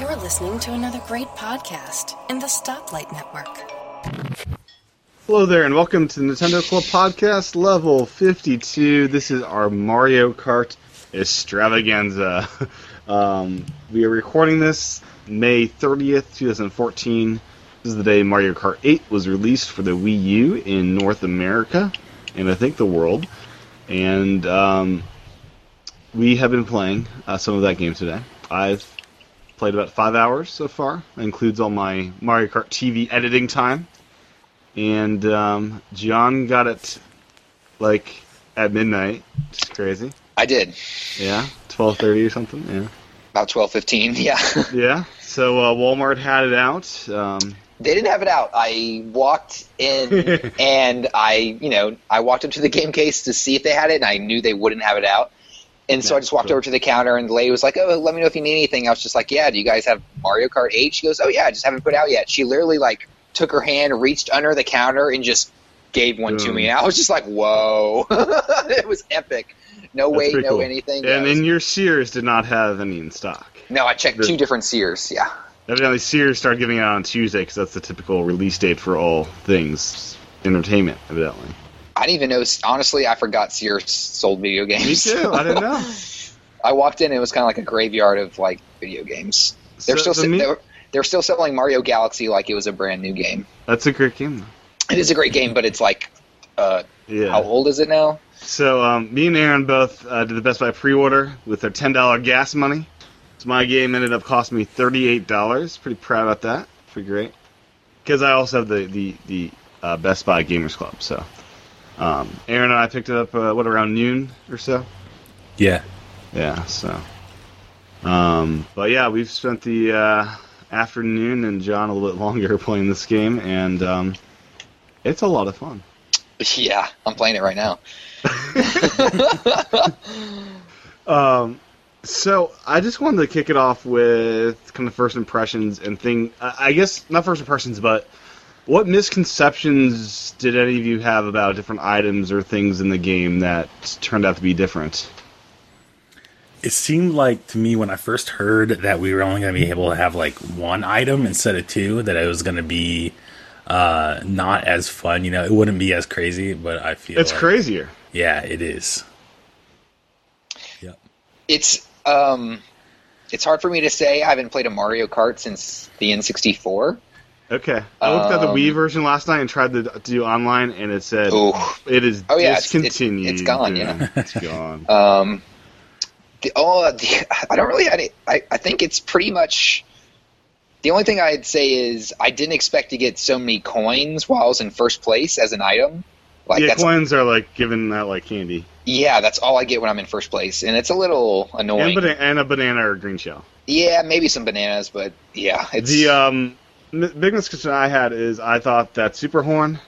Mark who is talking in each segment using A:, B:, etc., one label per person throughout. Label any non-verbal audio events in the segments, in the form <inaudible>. A: You're listening to another great podcast in the Stoplight Network.
B: Hello there, and welcome to the Nintendo Club Podcast Level 52. This is our Mario Kart extravaganza. <laughs> Um, we are recording this May 30th, 2014. This is the day Mario Kart 8 was released for the Wii U in North America, and I think the world. And um, we have been playing uh, some of that game today. I've played about five hours so far. That includes all my Mario Kart TV editing time and um, John got it like at midnight. It's crazy.
C: I did
B: Yeah, twelve thirty or something. Yeah,
C: about twelve fifteen. <laughs> Yeah,
B: yeah. So uh, Walmart had it out. Um,
C: they didn't have it out. I walked
B: <laughs>
C: in and I, you know, I walked up to the game case to see if they had it, and I knew they wouldn't have it out. And so
B: Yeah,
C: I just walked
B: sure.
C: over to the counter, and the lady was like, "Oh, let me know if you need anything." I was just like, "Yeah, do you guys have Mario Kart 8? She goes, "Oh yeah, I just haven't put it out yet." She literally like took her hand, reached under the counter, and just gave one to
B: Boom.
C: me. And I was just like, "Whoa!" <laughs> it was epic. No
B: That's
C: wait,
B: pretty
C: no
B: cool.
C: anything. Yeah,
B: and
C: it was-
B: then your Sears did not have any in stock.
C: no, I checked
B: the-
C: two different Sears. Yeah.
B: Evidently, Sears started giving it out on Tuesday because that's the typical release date for all things entertainment. Evidently,
C: I didn't even know. Honestly, I forgot Sears sold video
B: <laughs>
C: games.
B: me too. I didn't know.
C: <laughs> I walked in and it was kind of like a graveyard of like video games. They're
B: So
C: still
B: the
C: se-
B: me-
C: they're, they're still selling Mario Galaxy like it was a brand new game.
B: That's a great game. though.
C: It is a great game, but it's like, uh,
B: Yeah.
C: how old is it now? <laughs>
B: So um, me and Aaron both uh, did the Best Buy pre-order with our ten dollar gas money. So my game ended up costing me thirty eight dollars. Pretty proud about that. Pretty great. Because I also have the the the uh, Best Buy Gamers Club. So um, Aaron and I picked it up uh, what around noon or so.
D: Yeah.
B: Yeah. So. Um, but yeah, we've spent the uh, afternoon and John a little bit longer <laughs> playing this game, and um, it's a lot of fun.
C: Yeah, I'm playing it right now.
B: Um, so I just wanted to kick it off with kind of first impressions and thing. I I guess not first impressions, but what misconceptions did any of you have about different items or things in the game that turned out to be different?
D: It seemed like to me when I first heard that we were only going to be able to have like one item instead of two, that it was going to be uh, not as fun. You know, it wouldn't be as crazy, but I feel
B: It's
D: like-
B: crazier.
D: Yeah, it is. Yep.
C: It's um, it's hard for me to say. I haven't played a Mario Kart since the N64.
B: Okay, I looked at the
C: Um,
B: Wii version last night and tried to do online, and it said
C: Oh,
B: it is
C: Oh, yeah, it's- it's-
B: discontinued.
C: it's gone, yeah.
B: it's gone.
C: Um, the, oh, the, <laughs> I don't really. I, I I think it's pretty much. The only thing I'd say is I didn't expect to get so many coins while I was in first place as an item. <laughs> Like
B: yeah,
C: that's
B: coins are like given out like candy,
C: yeah, that's all I get when I'm in first place, and it's a little
B: and,
C: annoying.
B: bana- and a banana or a green shell.
C: yeah, maybe some bananas, but yeah, it's
B: The um, m- big misconception I had is I thought that Superhorn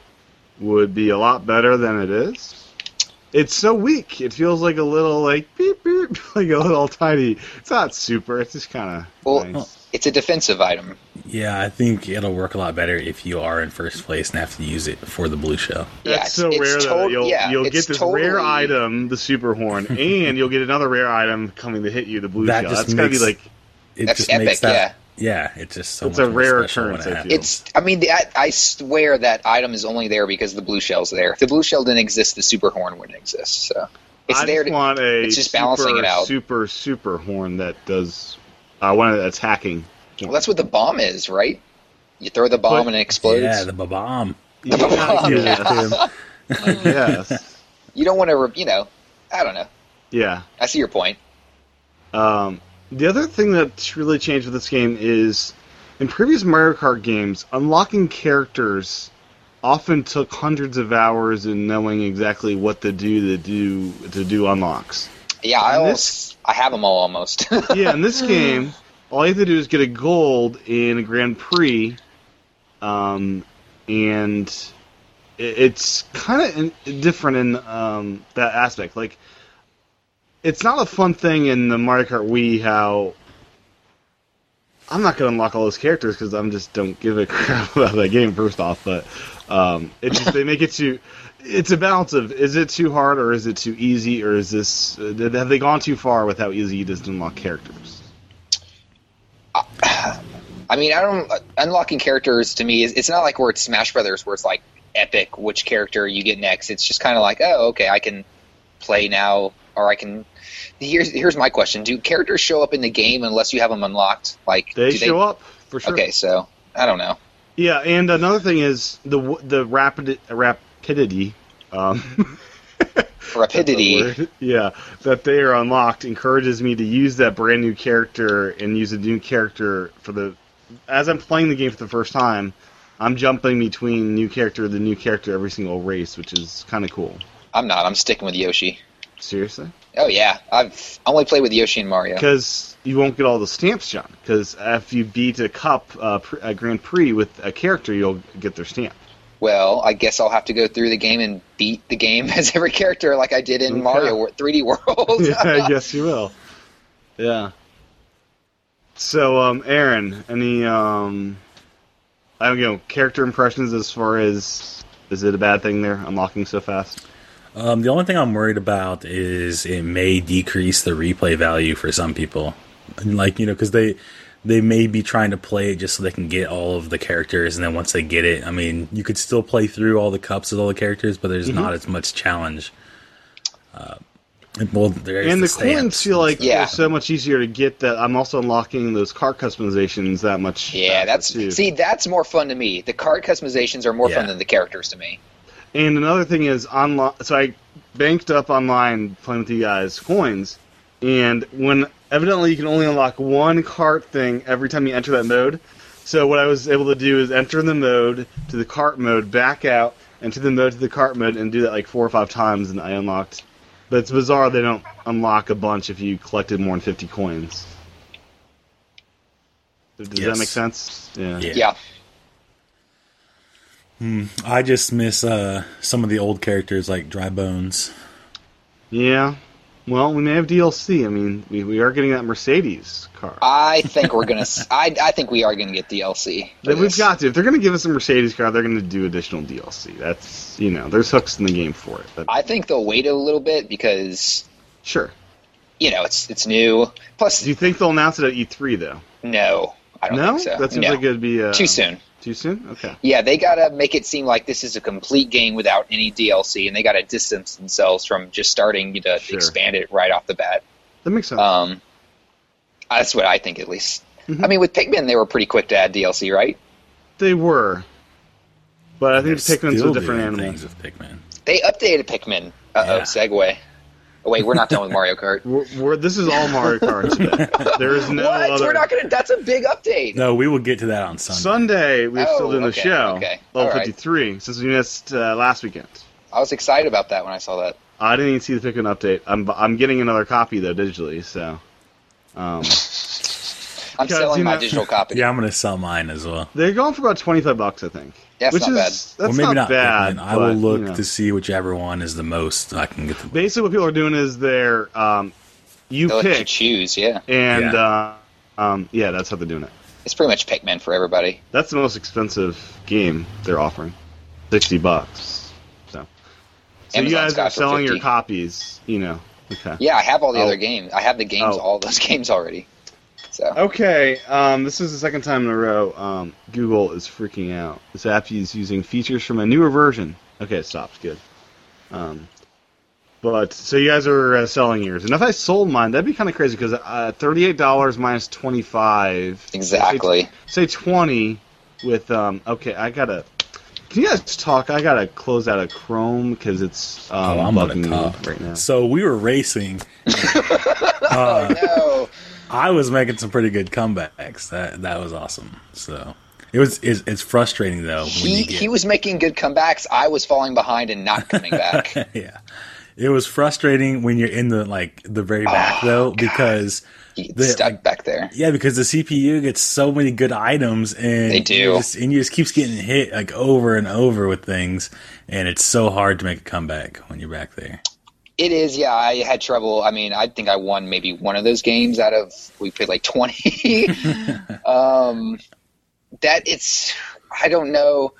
B: would be a lot better than it is. It's so weak. It feels like a little like beep beep, <laughs> like a little tiny. It's not super. It's just kind of
C: Well-
B: nice.
C: it's a defensive item.
D: Yeah, I think it'll work a lot better if you are in first place and have to use it for the blue shell.
C: Yeah,
B: That's so
C: it's-
B: rare
C: it's
B: though.
C: tot-
B: You'll
C: yeah,
B: you'll
C: it's
B: get this rare
C: totally-
B: item, the
C: <laughs>
B: Superhorn, and you'll get another rare item coming to hit you, the blue
D: That
B: shell.
D: just
B: That's gotta be
D: makes-
B: like
D: It
C: That's
D: just
C: epic,
D: makes that. Yeah. it's just so
B: It's
D: much
B: a
D: more
B: rare
D: special when
B: occurrence,
D: it
B: I
D: happens.
B: feel.
C: It's. I mean, the, I, I swear that item is only there because the blue shell's there. If the blue shell didn't exist, the super horn wouldn't exist. So it's
B: I
C: there.
B: just want a
C: it's just
B: super,
C: balancing it out.
B: super super horn that does. I want an attacking.
C: Well, that's what the bomb is, right? You throw the bomb
B: But-
C: and it explodes.
D: Yeah, the bomb.
B: <laughs>
C: Oh,
B: Yeah, yes. yes.
C: you don't want to, re- you know. I don't know.
B: Yeah.
C: I see your point.
B: Um, the other thing that's really changed with this game is in previous Mario Kart games, unlocking characters often took hundreds of hours in knowing exactly what to do to do to do unlocks.
C: Yeah, I
B: And
C: almost, I have them all almost. <laughs>
B: yeah, in this game, all you have to do is get a gold in a Grand Prix, um, and i- it's kind of different in um, that aspect. Like, it's not a fun thing in the Mario Kart Wii how I'm not going to unlock all those characters because I'm just don't give a <laughs> crap about that game. First off, but um, it just they make it too. It's a balance of is it too hard or is it too easy or is this uh, have they gone too far with how easy it is to unlock characters?
C: I mean, I don't unlocking characters to me is it's not like where it's Smash Brothers where it's like epic which character you get next. It's just kind of like oh okay I can play now or I can. Here's here's my question: Do characters show up in the game unless you have them unlocked? Like
B: They
C: do
B: show up for sure.
C: Okay, so I don't know.
B: Yeah, and another thing is the w- the rapid rapidity. Um,
C: Rapidity.
B: <laughs> yeah, that they are unlocked encourages me to use that brand new character and use a new character for the. As I'm playing the game for the first time, I'm jumping between new character to new character every single race, which is kind of cool.
C: I'm not. I'm sticking with Yoshi.
B: Seriously,
C: Oh yeah, I've I only played with Yoshi and Mario.
B: because you won't get all the stamps, John. Because if you beat a cup, uh, pr- a Grand Prix with a character, you'll get their stamp.
C: Well, I guess I'll have to go through the game and beat the game <laughs> as every character, like I did in
B: Okay.
C: Mario Wor- 3D World.
B: <laughs> yeah, I guess you will. Yeah. So, um, Aaron, any um, I don't know, character impressions as far as is it a bad thing they're unlocking so fast?
D: Um, the only thing I'm worried about is it may decrease the replay value for some people, And, like you know, because they they may be trying to play it just so they can get all of the characters, and then once they get it, I mean, you could still play through all the cups with all the characters, but
B: Mm-hmm.
D: there's not as much challenge. Uh, and, well, there's
B: and the, coins
D: stamps.
B: feel like
C: Yeah.
B: they're so much easier to get that I'm also unlocking those car customizations that much.
C: Yeah,
B: faster,
C: that's
B: too.
C: see, that's more fun to me. The card customizations are more
D: Yeah.
C: fun than the characters to me.
B: And another thing is online. So I banked up online playing with you guys coins, and when evidently you can only unlock one cart thing every time you enter that mode. So what I was able to do is enter the mode to the cart mode, back out, enter the mode to the cart mode, and do that like four or five times, and I unlocked. But it's bizarre they don't unlock a bunch if you collected more than fifty coins. Does that
D: Yes.
B: make sense?
D: Yeah.
C: Yeah,
D: I just miss uh, some of the old characters like Dry Bones.
B: Yeah. Well, we may have DLC. I mean, we, we are getting that Mercedes car.
C: I think we're gonna. s- I I think we are gonna get DLC. for
B: Then we've
C: this.
B: got to. If they're going to give us a Mercedes car, they're going to do additional DLC. That's, you know, there's hooks in the game for it. But
C: I think they'll wait a little bit because
B: sure.
C: you know it's it's new. Plus,
B: Do you think they'll announce it at E3, though?
C: no, I don't
B: No?
C: think so.
B: That seems
C: No.
B: like it would be. Uh,
C: Too soon.
B: Too soon? Okay.
C: Yeah, they gotta make it seem like this is a complete game without any DLC, and they gotta distance themselves from just starting to
B: Sure.
C: expand it right off the bat.
B: That makes sense.
C: Um, that's what I think, at least.
B: Mm-hmm.
C: I mean, with Pikmin, they were pretty quick to add DLC, right?
B: they were. But I think
D: They're
B: Pikmin's a
D: still
B: different
D: doing
B: animal.
D: Things with Pikmin.
C: They updated Pikmin. Uh oh,
D: Yeah.
C: segue. Oh, wait, we're
B: <laughs>
C: not done with Mario Kart.
B: We're, we're, this is all Mario Kart
C: <laughs>
B: today. there is no
C: what?
B: other.
C: We're not gonna. That's a big update.
D: No, we will get to that on Sunday.
B: Sunday, we're
C: Oh,
B: still doing the
C: okay,
B: show.
C: okay.
B: Level
C: All right.
B: 53, since we missed uh, last weekend.
C: I was excited about that when I saw that.
B: I didn't even see the Pikmin update. I'm I'm getting another copy though digitally, so um,
C: I'm
B: Because,
C: selling
B: you
C: my
B: know-
C: digital copy.
D: Yeah, I'm gonna sell mine as well.
B: they're going for about twenty five bucks, I think.
C: That's
B: which
C: not
B: is
C: bad.
B: that's
D: or maybe not,
B: bad.
D: Pikmin. I
B: but,
D: will look
B: you know.
D: to see whichever one is the most I can get. The,
B: Basically, what people are doing is they're um, you
C: They'll let you
B: pick
C: choose. Yeah,
B: and
D: Yeah.
B: Uh, um, yeah, that's how they're doing it.
C: it's pretty much Pikmin for everybody.
B: That's the most expensive game they're offering, sixty bucks. So, so you guys
C: Amazon's got
B: are
C: it for
B: selling your
C: 50.
B: copies, you know? Okay.
C: Yeah, I have all the
B: Oh.
C: other games. I have the games,
B: Oh.
C: all those <laughs> games already. So
B: Okay, um, this is the second time in a row. Um, Google is freaking out. This app is using features from a newer version. Okay, it stopped. Good. Um, but so you guys are uh, selling yours, and if I sold mine, that'd be kind of crazy because uh, thirty-eight dollars minus twenty-five.
C: exactly.
B: Say, say twenty with um. Okay, I gotta. Can you guys talk? I gotta close out of Chrome because it's um,
D: oh, I'm on
B: bugging
D: the
B: me
D: top
B: right now.
D: So we were racing.
C: oh, No,
D: I was making some pretty good comebacks. That that was awesome. So it was. It's, it's frustrating though. when
C: he
D: you get,
C: he was making good comebacks. I was falling behind and not
B: <laughs>
C: coming back.
D: <laughs> yeah. It was frustrating when you're in the like the
C: Oh,
D: very back though because
C: He
D: The-
C: gets stuck back there.
D: yeah because the CPU gets so many good items and
C: They
D: you
C: do.
D: just, and you just keeps getting hit like over and over with things and it's so hard to make a comeback when you're back there.
C: It is, yeah. I had trouble. I mean, I think I won maybe one of those games out of we played like twenty. um, that it's, I don't know.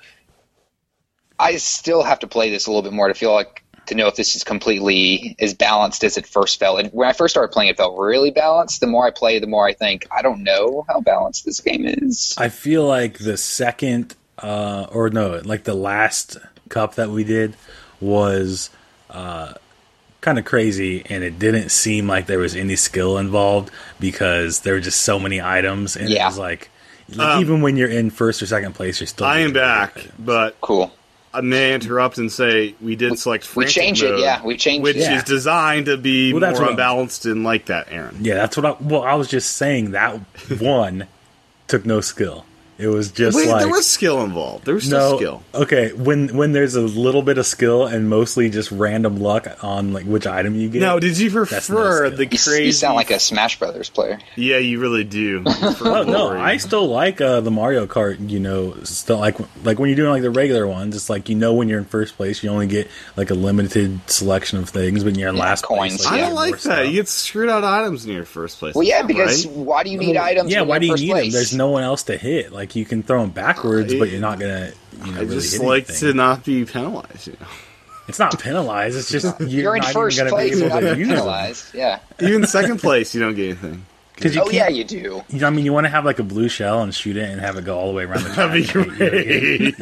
C: I still have to play this a little bit more to feel like to know if this is completely as balanced as it first felt. And when I first started playing, it felt really balanced. The more I play, the more I think I don't know how balanced this game is.
D: I feel like the second, uh, or no, like the last cup that we did was uh, kind of crazy, and it didn't seem like there was any skill involved because there were just so many items, and it
C: Yeah.
D: was like. like, even when you're in first or second place, you're still.
B: Um, I am
D: doing everything.
B: back, but
C: Cool.
B: I uh, may interrupt and say we did select
C: we
B: frantic
C: changed it,
B: mode,
C: yeah, we changed
B: which
C: it.
D: Yeah.
B: is designed to be
D: Well, that's
B: more
D: what-
B: unbalanced and like that, Aaron.
D: Yeah, that's what I. Well, I was just saying that one took no skill. It was just
B: Wait,
D: like
B: there was skill involved. There was still
D: no
B: skill.
D: Okay, when when there's a little bit of skill and mostly just random luck on like which item you get.
B: Now, did you
D: That's no
B: prefer
D: skill.
B: the
C: You, s-
B: crazy?
C: you sound like a Smash Brothers player.
B: <laughs> yeah, you really
C: <laughs>
B: do.
D: Oh, no, I still like uh, the Mario Kart. You know, still like like when you're doing like the regular ones, it's like you know when you're in first place, you only get like a limited selection of things. When you're in
C: Yeah,
D: last
C: coins,
D: place,
B: I
C: yeah.
B: don't
D: you get
B: like
D: more
B: that.
D: stuff.
B: You get screwed out items in your first place.
C: Well, yeah,
B: now,
C: because
B: right?
C: why do you need items?
D: yeah,
C: when
D: why
C: you're
D: do you
C: first
D: need them?
C: place?
D: There's no one else to hit. Like you can throw them backwards, but you're not gonna. You know,
B: I
D: really
B: just
D: hit
B: like
D: anything.
B: to not be penalized. You know?
D: It's not penalized. It's just
C: <laughs>
D: you're,
C: You're in
D: not
C: first
D: even going
C: place.
D: to be
C: You're
D: able
C: not
D: to use them.
C: penalized. Yeah.
B: Even
D: <laughs>
B: second place, you don't get anything.
D: Because you
C: Oh
D: can't.
C: yeah, you do.
D: you know, I mean, you want to have like a blue shell and shoot it and have it go all the way around
B: <laughs>
D: the
B: That'd be
D: track, right? You know, yeah.
B: great. <laughs>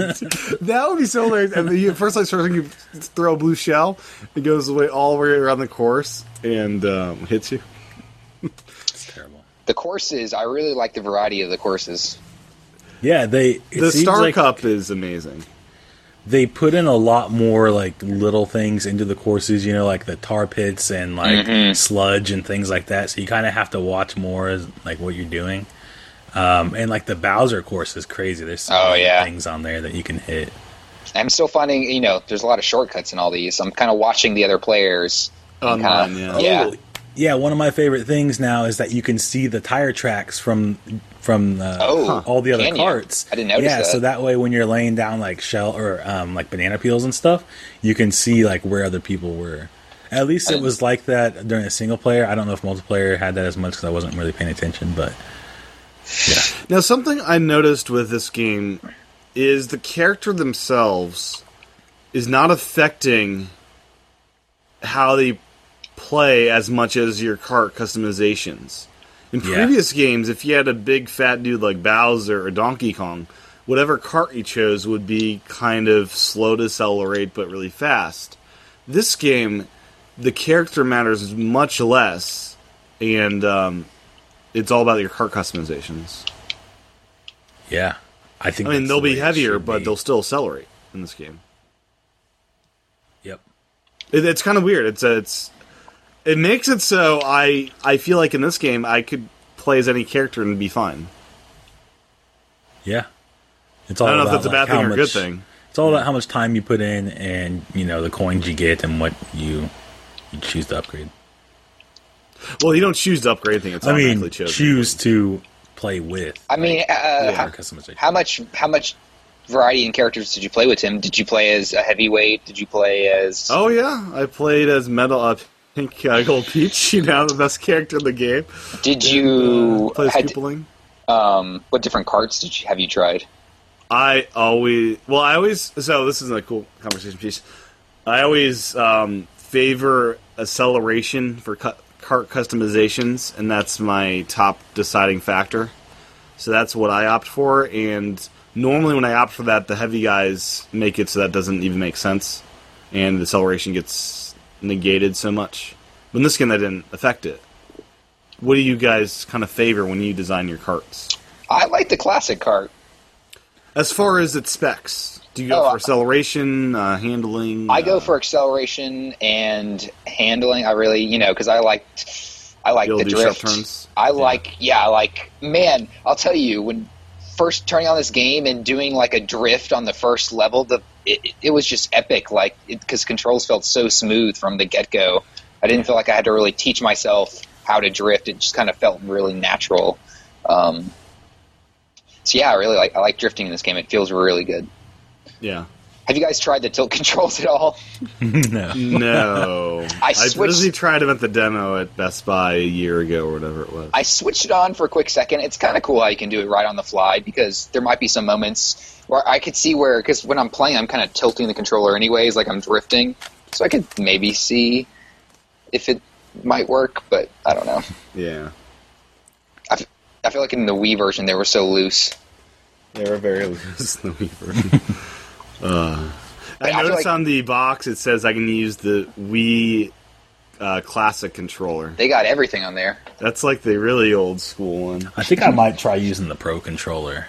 B: that would be so hilarious. And the first place person you throw a blue shell, it goes away all the way around the course and um, hits you.
D: It's terrible.
C: The courses, I really like the variety of the courses.
D: Yeah, they. It
B: the
D: seems
B: Star
D: like
B: Cup is amazing.
D: They put in a lot more like little things into the courses. You know, like the tar pits and like
B: Mm-hmm.
D: sludge and things like that. So you kind of have to watch more as, like what you're doing. Um, and like the Bowser course is crazy. There's so
C: Oh,
D: many
C: yeah.
D: things on there that you can hit.
C: I'm still finding, you know, there's a lot of shortcuts in all these. I'm kind of watching the other players. and
B: Online,
C: kinda-
B: yeah.
C: yeah.
D: Oh, yeah. One of my favorite things now is that you can see the tire tracks from from uh,
C: Oh,
D: all the other
C: can you?
D: carts.
C: I didn't notice
D: Yeah,
C: that.
D: so that way when you're laying down like shell or um, like banana peels and stuff, you can see like where other people were. At least it was like that during a single player. I don't know if multiplayer had that as much because I wasn't really paying attention, but
B: Now, something I noticed with this game is the character themselves is not affecting how they play as much as your cart customizations. In
D: Yeah.
B: previous games, if you had a big fat dude like Bowser or Donkey Kong, whatever cart you chose would be kind of slow to accelerate but really fast. This game, the character matters much less, and um, it's all about your cart customizations.
D: yeah, I think.
B: I mean,
D: that's
B: they'll
D: the
B: be
D: way it
B: heavier,
D: should
B: but
D: be.
B: they'll still accelerate in this game.
D: Yep.
B: It, it's kind of weird. It's it's it makes it so I I feel like in this game I could play as any character and be fine.
D: Yeah. It's all
B: I don't know if
D: about,
B: that's a
D: like,
B: bad thing
D: how
B: or a
D: much-
B: good thing.
D: It's all about how much time you put in and, you know, the coins you get and what you, you choose to upgrade.
B: Well, you don't choose to upgrade anything. It's
D: I mean,
B: automatically chosen.
D: choose to play with.
C: I mean, uh,
D: our
C: how,
D: customization.
C: how much how much variety in characters did you play with him? Did you play as a heavyweight? Did you play as
B: Oh yeah, I played as Metal uh, Pink uh, Gold Peach. <laughs> You know, the best character in the game.
C: Did you
D: uh,
B: play as
C: had-
B: Koopaling.
C: um what different carts did you have you tried?
B: I always well, I always so this is a cool conversation piece. I always um, favor acceleration for cu- cart customizations, and that's my top deciding factor. So that's what I opt for, and normally when I opt for that, the heavy guys make it so that doesn't even make sense, and the acceleration gets negated so much. But in this game, that didn't affect it. What do you guys kind of favor when you design your carts?
C: I like the classic cart.
B: As far as its specs, do you go
C: Oh,
B: for
C: I-
B: acceleration, uh, handling?
C: I go
B: uh,
C: for acceleration and handling. I really, you know, because I like, I like
B: You'll
C: the
B: do sharp
C: drift.
B: turns?
C: I like, yeah, I like. Man, I'll tell you, when first turning on this game and doing like a drift on the first level, the it, it was just epic. Like, because controls felt so smooth from the get go. I didn't feel like I had to really teach myself how to drift. It just kind of felt really natural. Um, so yeah, I really like. I like drifting in this game. It feels really good. <laughs>
B: yeah.
C: Have you guys tried the tilt <laughs> controls at all?
D: no.
B: No,
C: I
B: I
C: switched-
B: busy tried it at the demo at Best Buy a year ago or whatever it was.
C: I switched it on for a quick second. It's kind of cool how you can do it right on the fly because there might be some moments where I could see where because when I'm playing, I'm kind of tilting the controller anyways, like I'm drifting. So I could maybe see if it might work, but I don't know.
B: Yeah.
C: I, f- I feel like in the Wii version they were so loose.
B: They were <laughs> very loose in the Wii <laughs> version. uh, I,
C: I feel
B: noticed
C: like-
B: on the box it says I can use the Wii uh, Classic controller.
C: They got everything on there.
B: That's like the really old school one.
D: I think I might try using the Pro controller.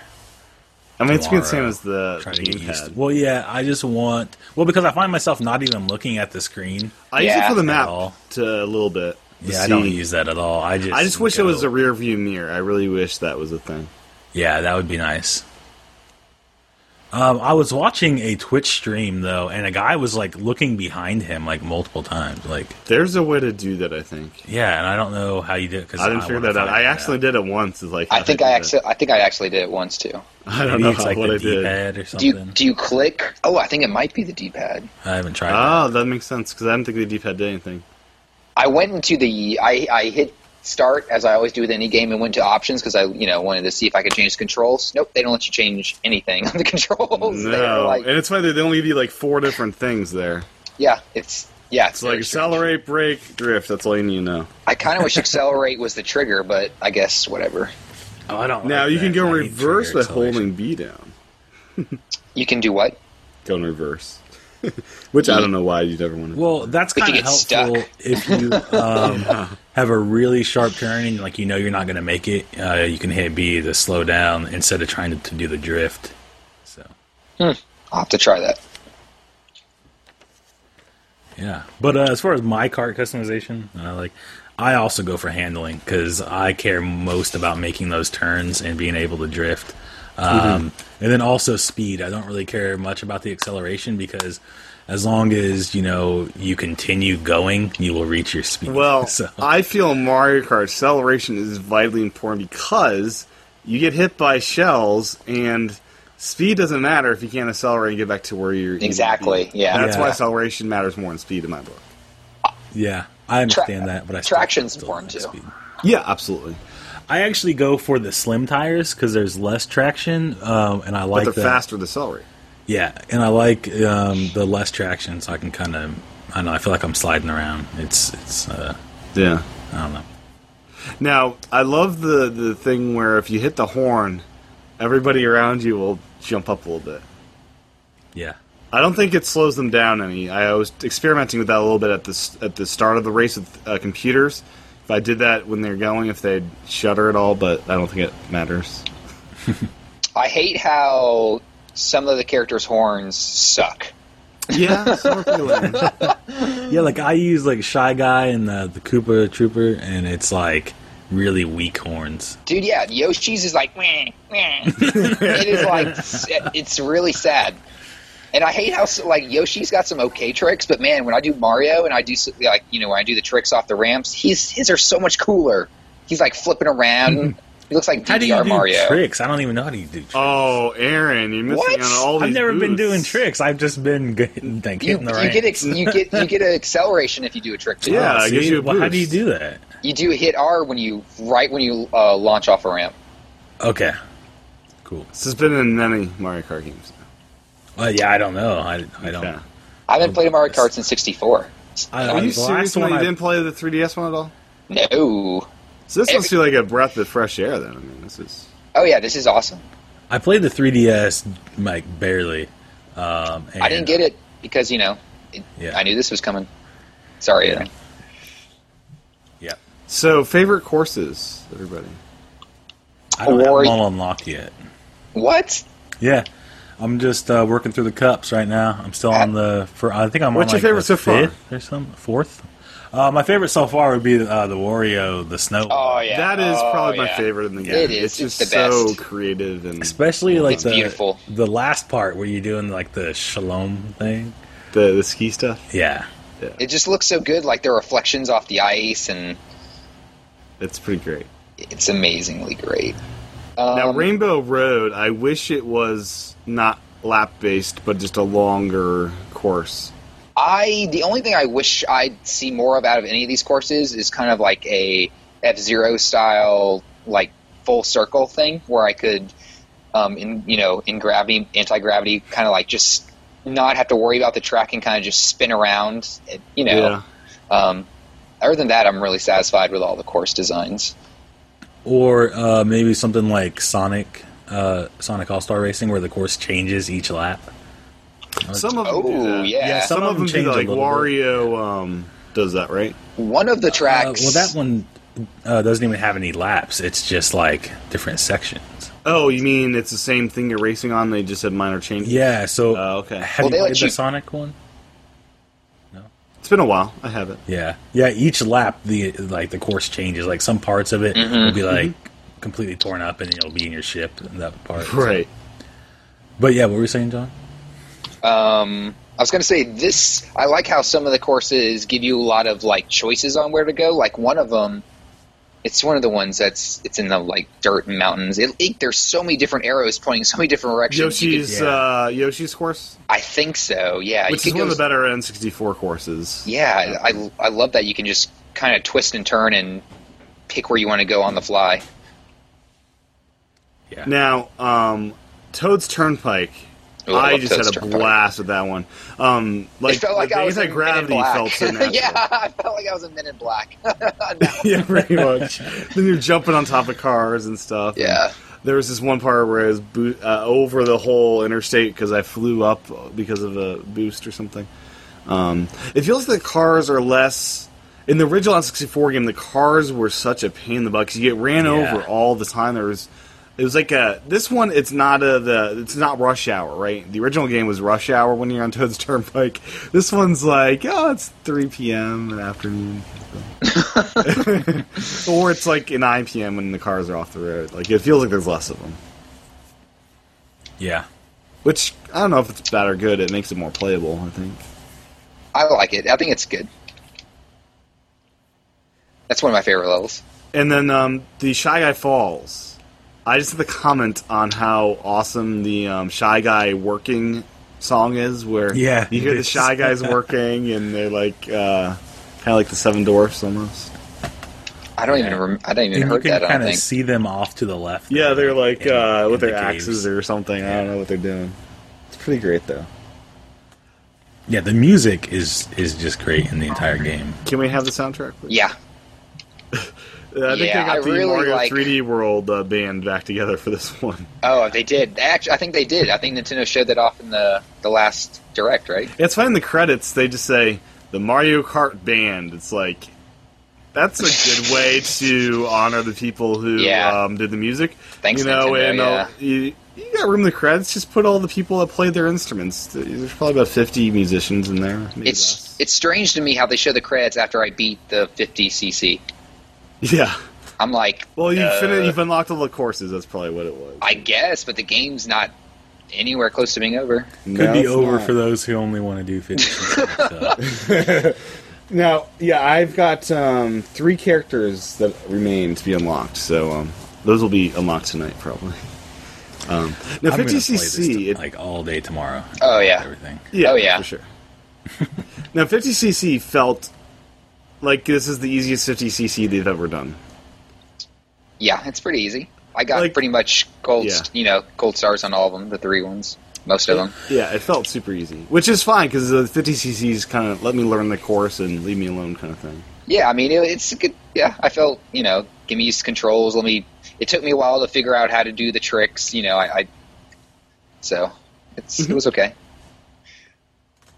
B: I mean, it's been the same
D: Tomorrow,
B: as the
D: Try to get used.
B: gamepad.
D: Well, yeah, I just want. Well, because I find myself not even looking at the screen.
B: I use it
C: Yeah.
B: for the map
D: At all.
B: to a little bit. to
D: yeah, I don't
B: see.
D: use that at all. I just.
B: I just wish it was a
D: go-
B: rear view mirror. I really wish that was a thing.
D: Yeah, that would be nice. Um, I was watching a Twitch stream though, and a guy was like looking behind him like multiple times. Like,
B: There's a way to do that, I think.
D: yeah, and I don't know how you did it because
B: I didn't figure that out. I actually did it once. Is like
C: I think I
B: did it.
C: actually, I think I actually did it once too.
B: <laughs> I don't
D: Maybe
B: know <laughs>
D: it's
B: how,
D: like
B: what
D: the
B: I did.
D: D-pad or
C: Do you
D: something.
C: do you click? Oh, I think it might be the D-pad.
D: I haven't tried. that.
B: Oh, that makes sense because I didn't think the D-pad did anything.
C: I went into the I, I hit start as I always do with any game and went to options because I you know wanted to see if I could change the controls. Nope, they don't let you change anything on the <laughs> controls. They're
B: No,
C: like-
B: and it's why they only give you like four different things there.
C: yeah, it's yeah, it's,
B: It's like
C: very strange.
B: accelerate, brake, drift. That's all you need to know.
C: I kind of wish accelerate was the trigger, but I guess whatever.
D: Oh, I don't.
B: Now
D: like
B: you can
D: that.
B: go
D: I need
B: reverse
D: trigger
B: by
D: acceleration.
B: holding B down.
C: You can do what?
B: Go in reverse, <laughs> which I don't know why you'd ever want to.
D: Well, that's
C: But you
D: kind of
C: get
D: helpful
C: stuck.
D: if
B: <laughs>
D: you um, have a really sharp turn and like you know you're not going to make it. Uh, you can hit B to slow down instead of trying to, to do the drift. So
C: I'll have to try that.
D: yeah, but uh, as far as my cart customization, uh, like I also go for handling because I care most about making those turns and being able to drift. Um, And then also speed. I don't really care much about the acceleration because as long as you know you continue going, you will reach your speed.
B: Well,
D: <laughs> So-
B: I feel Mario Kart acceleration is vitally important because you get hit by shells and speed doesn't matter if you can't accelerate and get back to where you're.
C: Exactly, yeah.
B: That's why
D: Yeah.
B: acceleration matters more than speed in my book.
D: Yeah, I understand that, but I still-
C: traction's
D: still
C: important,
D: like
C: too.
D: speed.
B: Yeah, absolutely.
D: I actually go for the slim tires because there's less traction, um, and I like
B: but
D: that.
B: they're faster to accelerate.
D: Yeah, and I like um, the less traction, so I can kind of. I don't know. I feel like I'm sliding around. It's it's. Uh,
B: Yeah.
D: I don't know.
B: Now, I love the the thing where if you hit the horn, everybody around you will jump up a little bit.
D: Yeah,
B: I don't think it slows them down any. I was experimenting with that a little bit at the s- at the start of the race with uh, computers. If I did that when they're going, if they'd shudder at all, but I don't think it matters.
C: I hate how some of the characters' horns suck.
B: Yeah, so feeling.
D: yeah. Like I use like Shy Guy and the the Koopa Trooper, and it's like really weak horns.
C: Dude, yeah, Yoshi's is like, meh, meh. it is like, s-
D: <laughs>
C: it's really sad. And I hate how s- like Yoshi's got some okay tricks, but man, when I do Mario and I do s- like you know when I do the tricks off the ramps, his his are so much cooler. He's like flipping
D: <laughs>
C: around. he looks like
D: How do you
C: DDR
D: do
C: Mario.
D: tricks? I don't even know how do you do.
B: <laughs>
D: Tricks.
B: Oh, Aaron, you're missing
C: What?
B: out on all these.
D: I've never
B: boosts.
D: been doing tricks. I've just been <laughs> getting, like,
C: You,
D: hitting the
C: you get ex-
D: ramps.
C: you get you get an acceleration if you do a trick. Too.
B: Yeah, Ah, it gives
D: See?
B: you a
D: Well, how do you
B: boost.
D: do that?
C: you do hit R when you right when you uh, launch off a ramp.
D: Okay. Cool.
B: This has been in many Mario Kart games.
D: Uh, yeah, I don't know. I, I don't.
B: Yeah.
C: I haven't played Mario Kart since '64.
D: Oh I,
B: Are
D: I-
B: you
D: the last
B: serious? when
D: one
B: You
D: I-
B: didn't play the 3DS one at all?
C: No.
B: So this
C: Every-
B: must be like a breath of fresh air. Then I mean, this is.
C: Oh yeah, this is awesome.
D: I played the 3DS like barely. Um, and
C: I didn't get it because you know it,
D: Yeah.
C: I knew this was coming. Sorry, Aaron.
D: Yeah,
B: So, favorite courses, everybody.
D: I don't have
C: Or-
D: them all unlocked yet.
C: what?
D: Yeah, I'm just uh, working through the cups right now. I'm still on the. For I think I'm
B: What's your
D: on like,
B: favorite so
D: the
B: far?
D: fifth or some fourth. Uh, my favorite so far would be uh, the Wario, the snow.
C: Oh yeah,
B: That is
C: Oh,
B: probably my
C: yeah.
B: favorite in the game.
C: It is.
B: It's just
C: It's the
B: so
C: best.
B: creative and
D: Especially like the
C: beautiful.
D: the last part where you're doing like the shalom thing.
B: the, the ski stuff.
D: Yeah,
C: It just looks so good, like the reflections off the ice, and
B: It's pretty great.
C: it's amazingly great. Um,
B: Now, Rainbow Road, I wish it was not lap based, but just a longer course.
C: I the only thing I wish I'd see more of out of any of these courses is kind of like a F Zero style, like full circle thing where I could, um, in you know, in gravity, anti gravity, kind of like just not have to worry about the track and kind of just spin around. It, you know. Um, other than that, I'm really satisfied with all the course designs.
D: Or uh, maybe something like Sonic, uh, Sonic All Star Racing, where the course changes each lap.
B: Some of them do
C: Oh,
B: that.
C: yeah.
B: Some, of them do
D: change
B: that.
D: a
B: Like
D: little bit.
B: Wario um, does that, right?
C: One of the
D: Uh,
C: tracks.
D: well, that one uh, doesn't even have any laps. It's just like different sections.
B: Oh, you mean it's the same thing you're racing on? They just had minor changes.
D: Yeah. So
B: Oh, okay.
D: have
C: Well, they
D: you
C: let
D: played
C: you-
D: the Sonic one?
B: It's been a while. I have it.
D: Yeah, yeah. Each lap, the like the course changes. Like some parts of it
B: Mm-hmm.
D: will be like completely torn up, and it'll be in your ship. And that part,
B: Right.
D: But yeah, what were you saying, John?
C: um, I was going to say this. I like how some of the courses give you a lot of like choices on where to go. Like one of them, it's one of the ones that's it's in the like dirt and mountains. It, it- there's so many different arrows pointing so many different directions. You could-
B: Yoshi's uh, Yoshi's course,
C: I think so. Yeah,
B: which
C: you
B: is
C: could
B: one of the
C: go-
B: better N64 courses.
C: Yeah, I I love that you can just kind of twist and turn and pick where you want to go on the fly.
D: Yeah.
B: Now, um, Toad's Turnpike.
C: Ooh, I
B: I
C: love
B: just
C: Toad's
B: had a
C: Turnpike.
B: blast with that one. Um, like,
C: it felt like
B: the
C: I was in
B: anti-gravity
C: Men in Black.
B: felt
C: <laughs>
B: so natural.
C: yeah, I felt like I was in Men in Black.
B: <laughs> yeah, pretty much. then you're jumping on top of cars and stuff.
C: Yeah.
B: There was this one part where I was bo- uh, over the whole interstate because I flew up because of a boost or something. Um, it feels like the cars are less. In the original N64 game, the cars were such a pain in the butt 'cause you get ran
D: Yeah.
B: over all the time. There was. It was like a this one. It's not a the it's not rush hour, right? The original game was rush hour when you're on Toad's <laughs> Turnpike. This one's like oh, it's three p.m. in the afternoon. Or it's like an 9 p.m. when the cars are off the road. Like it feels like there's less of them,
D: Yeah.
B: which I don't know if it's bad or good. It makes it more playable, I think.
C: I like it. I think it's good. That's one of my favorite levels.
B: And then um, the Shy Guy Falls. I just had the comment on how awesome the um, Shy Guy working song is, where
D: Yeah,
B: you hear
D: it
B: the
D: is.
B: Shy
D: <laughs>
B: Guys working, and they're like uh, kind of like the Seven Dwarfs almost.
C: I don't even
D: Yeah.
C: rem- I didn't even
D: and you
C: heard
D: can
C: that. I don't
D: kind of
C: think.
D: see them off to the left.
B: Yeah, they're like
D: in-
B: uh,
D: in
B: with
D: the
B: their
D: caves.
B: axes or something. I don't know what they're doing. It's pretty great though.
D: Yeah, the music is is just great in the entire game.
B: Can we have the soundtrack? Please?
C: Yeah,
B: Uh, I think
C: Yeah,
B: they got
C: I
B: the
C: really
B: Mario
C: like-
B: 3D World uh, band back together for this <laughs> one.
C: Oh, they did. They Actually, I think they did. I think Nintendo showed that off in the the last direct, right?
B: It's fine in the credits. They just say the Mario Kart band. It's like that's a good way to honor the people who
C: Yeah.
B: um, did the music.
C: Thanks,
B: you know,
C: Nintendo,
B: and
C: yeah.
B: uh, you, you got room in the credits. Just put all the people that played their instruments. There's probably about 50 musicians in there. Maybe
C: It's it's strange to me how they show the credits after I beat the 50cc.
B: less. <laughs> yeah.
C: I'm like,
B: Well, you
C: uh,
B: fin- you've unlocked all the courses. That's probably what it was.
C: I guess, but the game's not anywhere close to being over.
D: Could
B: No,
D: be
B: it's
D: over
B: not.
D: for those who only want to
B: <laughs>
D: do 50. so.
B: Now, yeah, I've got um, three characters that remain to be unlocked, so um, those will be unlocked tonight, probably. Um, now,
D: I'm gonna play
B: 50cc,
D: this,
B: it-
D: like all day tomorrow.
C: Oh, yeah.
D: everything.
B: yeah,
C: Oh, yeah.
B: for sure. <laughs> now, 50cc felt like this is the easiest 50cc they've ever done.
C: Yeah, it's pretty easy. I got
B: Like-
C: pretty much gold,
B: Yeah.
C: you know, gold stars on all of them, the three ones, most of them.
B: Yeah, it felt super easy, which is fine because the 50cc's kind of let me learn the course and leave me alone kind of thing.
C: Yeah, I mean, it, it's a good. Yeah, I felt you know, give me these controls. Let me. It took me a while to figure out how to do the tricks. You know, I. I so, it's
D: Mm-hmm.
C: it was okay.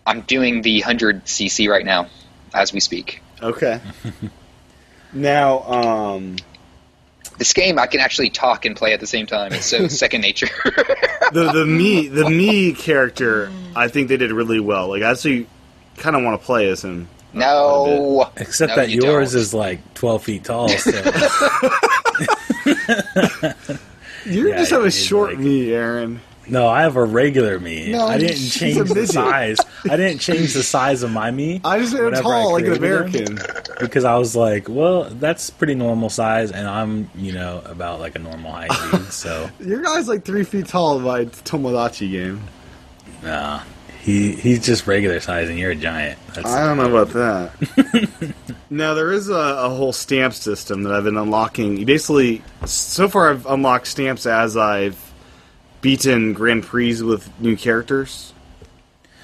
C: I'm doing the hundred cc right now, as we speak.
B: Okay. <laughs> now, um,
C: This game, I can actually talk and play at the same time. It's
D: <laughs>
C: so second nature.
B: the the me the me character I think they did really well. Like I actually kind of want to play as him.
C: no,
D: Except
C: No,
D: that
C: you
D: yours
C: don't.
D: is like 12 feet
C: <laughs>
D: tall. So.
B: You
D: Yeah,
B: just have a
D: he's
B: short
D: like-
B: me, Aaron.
D: No, I have a regular me.
B: No,
D: I didn't
B: she's a
D: change the
B: midget.
D: size. I didn't change the size of my me.
B: I just made him
D: whenever
B: tall,
D: I
B: like an
D: created them,
B: American.
D: because I was like, well, that's pretty normal size, and I'm you know about like a normal height,
B: <laughs>
D: dude, so
B: Your guy's like three feet tall by Tomodachi game.
D: nah. He he's just regular size, and you're a giant. That's,
B: I don't know about that.
D: <laughs>
B: now there is a, a whole stamp system that I've been unlocking. Basically, so far I've unlocked stamps as I've beaten Grand Prix with new characters.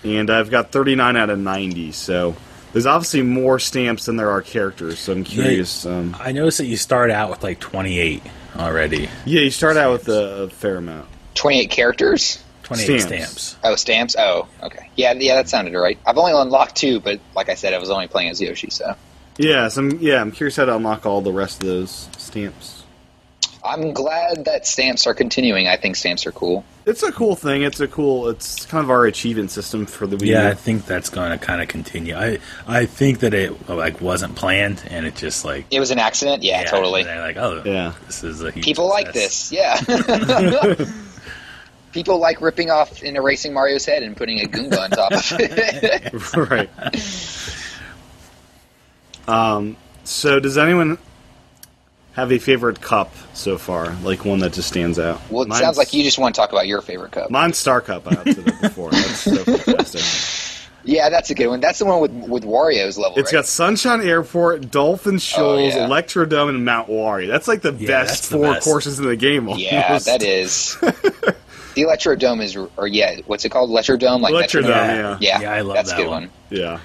B: and I've got 39 out of 90. So there's obviously more stamps than there are characters. So I'm curious. Yeah, um,
D: I noticed that you start out with like 28 already.
B: Yeah, you start out with a, a fair amount.
C: 28 characters?
D: 28 stamps.
C: Oh, stamps? Oh, okay. Yeah, yeah, that sounded right. I've only unlocked two, but like I said, I was only playing as Yoshi, so.
B: Yeah, so I'm, yeah, I'm curious how to unlock all the rest of those stamps.
C: I'm glad that stamps are continuing. I think stamps are cool.
B: It's a cool thing. It's a cool. It's kind of our achievement system for the Wii.
D: Yeah, I think that's going to kind of continue. I I think that it like wasn't planned, and it just like
C: it was an accident. Yeah,
D: yeah
C: totally.
D: Like oh yeah, this is a
C: people success. like this. Yeah. <laughs> people like ripping off and erasing Mario's head and putting a Goomba on top of it. <laughs>
B: <laughs> right. Um, so, does anyone have a favorite cup so far? Like one that just stands out?
C: Well, it Mine's, sounds like you just want to talk about your favorite cup.
B: Mine's Star Cup. I said that before. That's
C: <laughs>
B: so fantastic.
C: Yeah, that's a good one. That's the one with with Wario's level.
B: It's
C: right?
B: got Sunshine Airport, Dolphin Shoals, oh, yeah. Electrodome, and Mount Wario. That's like the yeah, best four the best. courses in the game. Almost.
C: Yeah,
B: <laughs>
C: that is. The Electrodome is, or yeah, what's it called? Electrodome, like
B: Electrodome, yeah.
C: yeah,
D: um, yeah, I love
C: that's
D: that
C: a good one. one.
B: Yeah,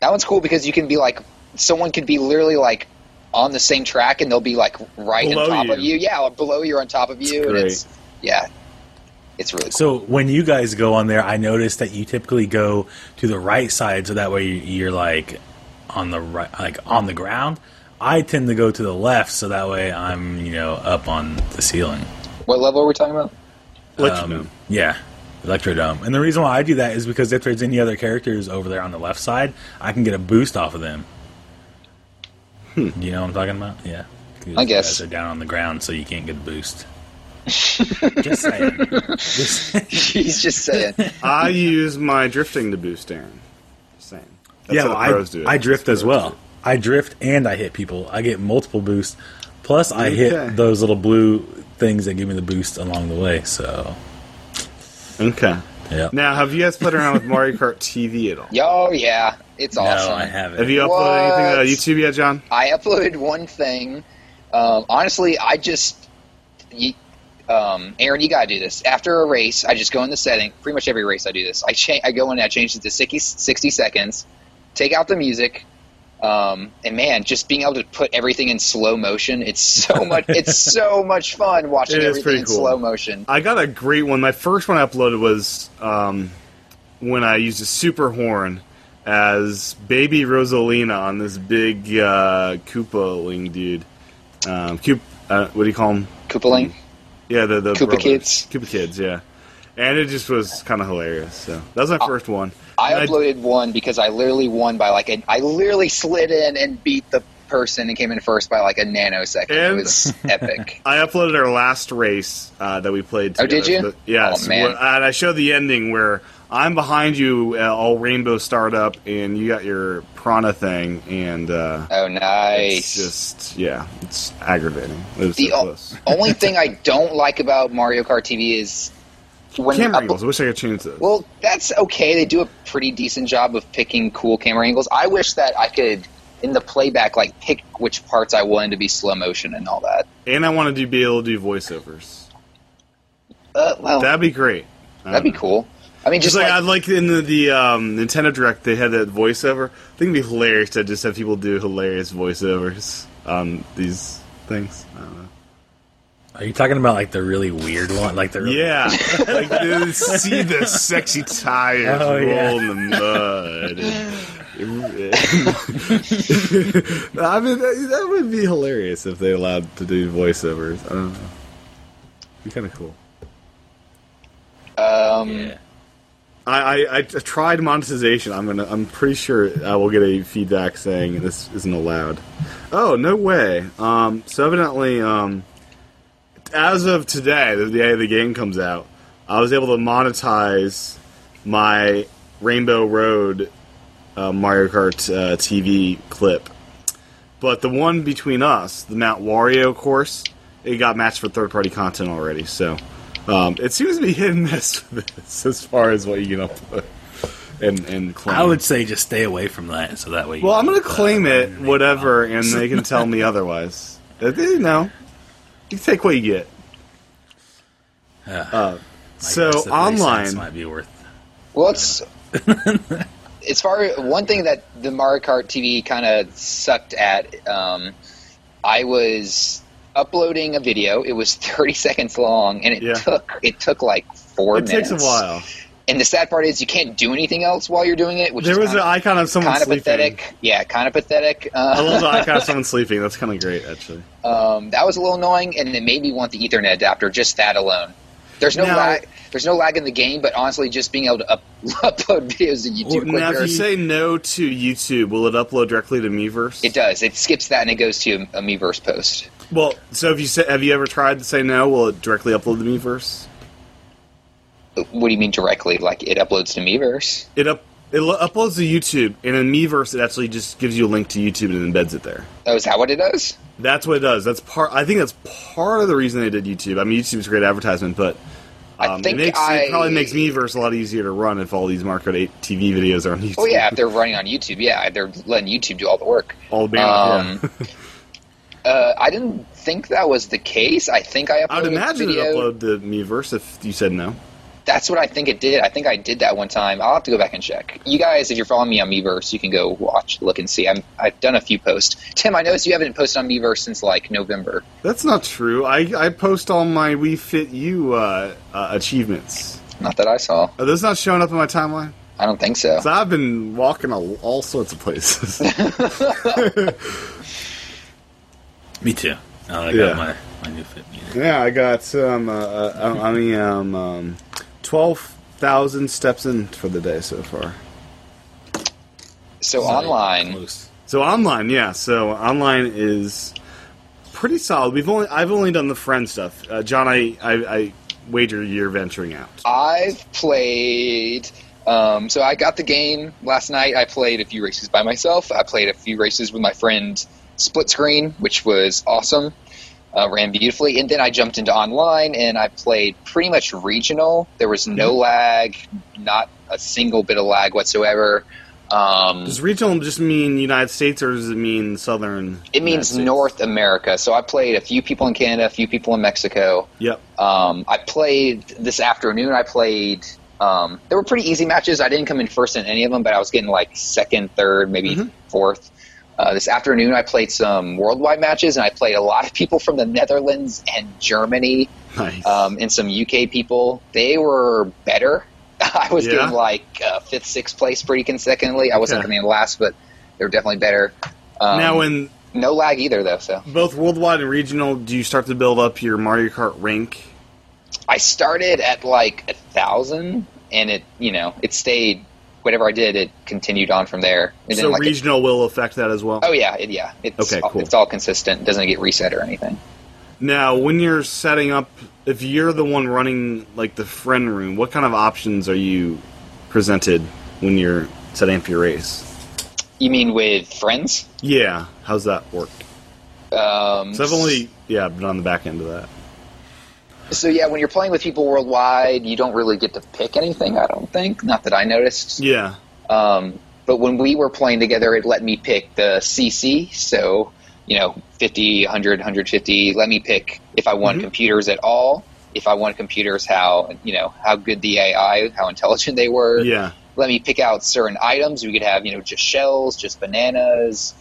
C: that one's cool because you can be like, someone could be literally like on the same track and they'll be like right below on top you. of you, yeah, or below you, on top of you, it's and it's yeah, it's really cool.
D: So when you guys go on there, I notice that you typically go to the right side, so that way you're like on the right, like on the ground. I tend to go to the left, so that way I'm you know up on the ceiling.
C: What level are we talking about? <laughs>
B: Electrodome. Um,
D: yeah, Electrodome. And the reason why I do that is because if there's any other characters over there on the left side, I can get a boost off of them. Hmm. You know what I'm talking about? Yeah.
C: I guess
D: they're down on the ground, so you can't get a boost. just saying.
C: just He's just
D: <laughs>
C: saying.
B: I use my drifting to boost Aaron. Just saying. That's
D: yeah, well, I, I drift That's as well. I drift and I hit people. I get multiple boosts. Plus, I okay. hit those little blue things that give me the boost along the way. So,
B: okay.
D: Yeah.
B: Now, have you guys played around with Mario Kart TV at all?
C: Oh yeah, it's awesome.
D: No, I haven't.
B: Have you uploaded
C: what?
B: anything to YouTube yet, John?
C: I uploaded one thing. Um, honestly, I just, you, um, Aaron, you gotta do this. After a race, I just go in the setting. Pretty much every race, I do this. I cha- I go in, and I change it to 60, 60 seconds, take out the music, um, and man, just being able to put everything in slow motion,
B: <laughs>
C: it's so much it's so much fun watching
B: It is
C: everything
B: pretty
C: in
B: cool.
C: slow motion.
B: I got a great one. My first one I uploaded was um, when I used a super horn as baby Rosalina on this big uh, Koopaling dude. Um, Koop, uh, what do you call him? Mm-hmm.
C: Koopaling.
B: Yeah, the the
C: Koopa
B: brothers.
C: kids.
B: Koopa kids, yeah. And it just was kind of hilarious. So that was my first one.
C: Uh, I
B: And
C: uploaded one because I literally won by like a, I literally slid in and beat the person and came in first by like a nanosecond.
B: And-
C: it was
B: <laughs>
C: epic.
B: I uploaded our last race uh, that we played.
C: Oh, did
B: together,
C: you?
B: but- yes.
C: Oh, man.
B: where- and I showed the ending where I'm behind you, uh, all rainbow startup, and you got your prana thing, and uh,
C: Oh,
B: it's
C: nice.
B: just yeah, it's aggravating. It was
C: the
B: so
C: o-
B: close.
C: <laughs> only thing I don't like about Mario Kart TV is when
B: Camera
C: up-
B: angles. I wish I could change those.
C: Oh. Well, that's okay. They do a pretty decent job of picking cool camera angles. I wish that I could in the playback like pick which parts I wanted to be slow motion and all that.
B: and I wanted to be able to do voiceovers.
C: Uh, well, that'd,
B: That'd be great. I don't
C: be
B: know.
C: cool. I mean,
B: Just
C: just
B: like,
C: like,
B: I like in the, the um, Nintendo Direct, they had that voiceover. I think it'd be hilarious to just have people do hilarious voiceovers on these things. I don't know.
D: Are you talking about like the really weird one? Like the really
B: Yeah, <laughs> like <laughs> dude, see the sexy tires
D: Oh,
B: roll
D: yeah.
B: in the mud. <laughs> I mean, that, that would be hilarious if they allowed to do voiceovers. I don't know. Be kind of cool.
C: um,
D: Yeah.
B: I, I, I tried monetization. I'm gonna. I'm pretty sure I will get a feedback saying this isn't allowed. Oh no way. Um. So evidently, um, as of today, the day the game comes out, I was able to monetize my Rainbow Road uh, Mario Kart uh, TV clip, but the one between us, the Mount Wario course, it got matched for third-party content already. So. Um, it seems to be hit and miss <laughs> with this as far as what you can upload and and claim.
D: I would say just stay away from that, so that way. you
B: well, I'm
D: don't,
B: going to
D: uh,
B: claim
D: run
B: it,
D: into any
B: whatever,
D: problems.
B: and they can tell me otherwise. Uh, You know, you take what you get.
D: Yeah.
B: Uh,
D: I
B: so
D: guess the three cents
B: online,
D: might be worth.
C: Well, it's as far one thing that the Mario Kart TV kind of sucked at, um, I was uploading a video. It was <laughs> 30 seconds long, and it
B: Yeah.
C: took it took like four
B: It
C: minutes.
B: takes a while.
C: And the sad part is you can't do anything else while you're doing it, which
B: There
C: is
B: was an
C: kind of,
B: icon of someone
C: kind of
B: sleeping.
C: pathetic. Yeah, kind of pathetic.
B: I
C: Uh,
B: love
C: <laughs>
B: the icon of someone sleeping. That's kind of great, actually.
C: um, that was a little annoying, and it made me want the Ethernet adapter. Just that alone. There's no
B: Now-
C: lag. There's no lag in the game, but honestly, just being able to up- <laughs> upload videos to YouTube
B: now, if
C: quicker,
B: you say no to YouTube, will it upload directly to Meverse?
C: it does. It skips that and it goes to a Miiverse post.
B: Well, so if you say, have you ever tried to say no? Will it directly upload to Meverse?
C: What do you mean directly? Like it uploads to Miiverse?
B: It up it lo- uploads to YouTube, and in Meverse, it actually just gives you a link to YouTube and embeds it there.
C: Oh, is that what it does?
B: That's what it does. That's part. I think that's part of the reason they did YouTube. I mean, YouTube's a great advertisement, but
C: I
B: um, it,
C: think
B: makes,
C: I-
B: it probably makes Meverse a lot easier to run if all these Marco 8 TV videos are on YouTube.
C: Oh yeah, if they're running on YouTube, yeah, they're letting YouTube do all the work. Um,
B: all the bandwidth, yeah.
C: <laughs> Uh, I didn't think that was the case. I think I uploaded
B: I would imagine
C: Oh, video.
B: it upload to Meverse if you said no.
C: That's what I think it did. I think I did that one time. I'll have to go back and check. You guys, if you're following me on Miiverse, you can go watch, look, and see. I'm, I've done a few posts. Tim, I noticed you haven't posted on Miiverse since like November.
B: That's not true. I, I post all my We Fit You uh, uh, achievements.
C: Not that I saw.
B: Are those not showing up in my timeline?
C: I don't think so.
B: So I've been walking all, all sorts of places.
C: <laughs>
D: Me too. Uh, I
B: Yeah.
D: got my, my new fit meter.
B: yeah, I got some. Uh, uh, I I mean, um, um, twelve thousand steps in for the day so far.
C: So online,
D: Close.
B: So online, yeah. So online is pretty solid. We've only I've only done the friend stuff. Uh, John, I, I I wager you're venturing out.
C: I've played. Um, so I got the game last night. I played a few races by myself. I played a few races with my friend Split Screen, which was awesome. Uh, ran beautifully, and then I jumped into online and I played pretty much regional. There was no lag, not a single bit of lag whatsoever. Um,
B: Does regional just mean United States or does it mean Southern?
C: it means
B: United States?
C: North America. So I played a few people in Canada, a few people in Mexico.
B: Yep.
C: Um, I played this afternoon. I played. Um, they were pretty easy matches. I didn't come in first in any of them, but I was getting like second, third, maybe
B: Mm-hmm.
C: fourth. Uh, this afternoon, I played some worldwide matches, and I played a lot of people from the Netherlands and Germany,
B: Nice.
C: um, and some UK people. They were better. <laughs> I was
B: Yeah?
C: getting like uh, fifth, sixth place pretty consecutively. I wasn't
B: Okay.
C: coming in last, but they were definitely better. Um,
B: now, in
C: no lag either, though. So
B: both worldwide and regional, do you start to build up your Mario Kart rank?
C: I started at like a thousand, and it you know it stayed. Whatever I did, it continued on from there. It
B: So
C: didn't, like,
B: regional will affect that as well.
C: oh yeah, it, yeah. It's
B: Okay, cool.
C: it's all consistent. It doesn't get reset or anything.
B: Now, when you're setting up, if you're the one running like the friend room, what kind of options are you presented when you're setting up your race?
C: You mean with friends?
B: Yeah, how's that work?
C: Um,
B: So I've only yeah been on the back end of that.
C: so yeah, when you're playing with people worldwide, you don't really get to pick anything. I don't think. Not that I noticed.
B: Yeah,
C: Um, but when we were playing together, it let me pick the CC. So, you know, 50, 100, 150. Let me pick if I want computers at all, if I want computers, how, you know, how good the AI, how intelligent they were.
B: yeah.
C: Let me pick out certain items. We could have, you know, just shells, just bananas,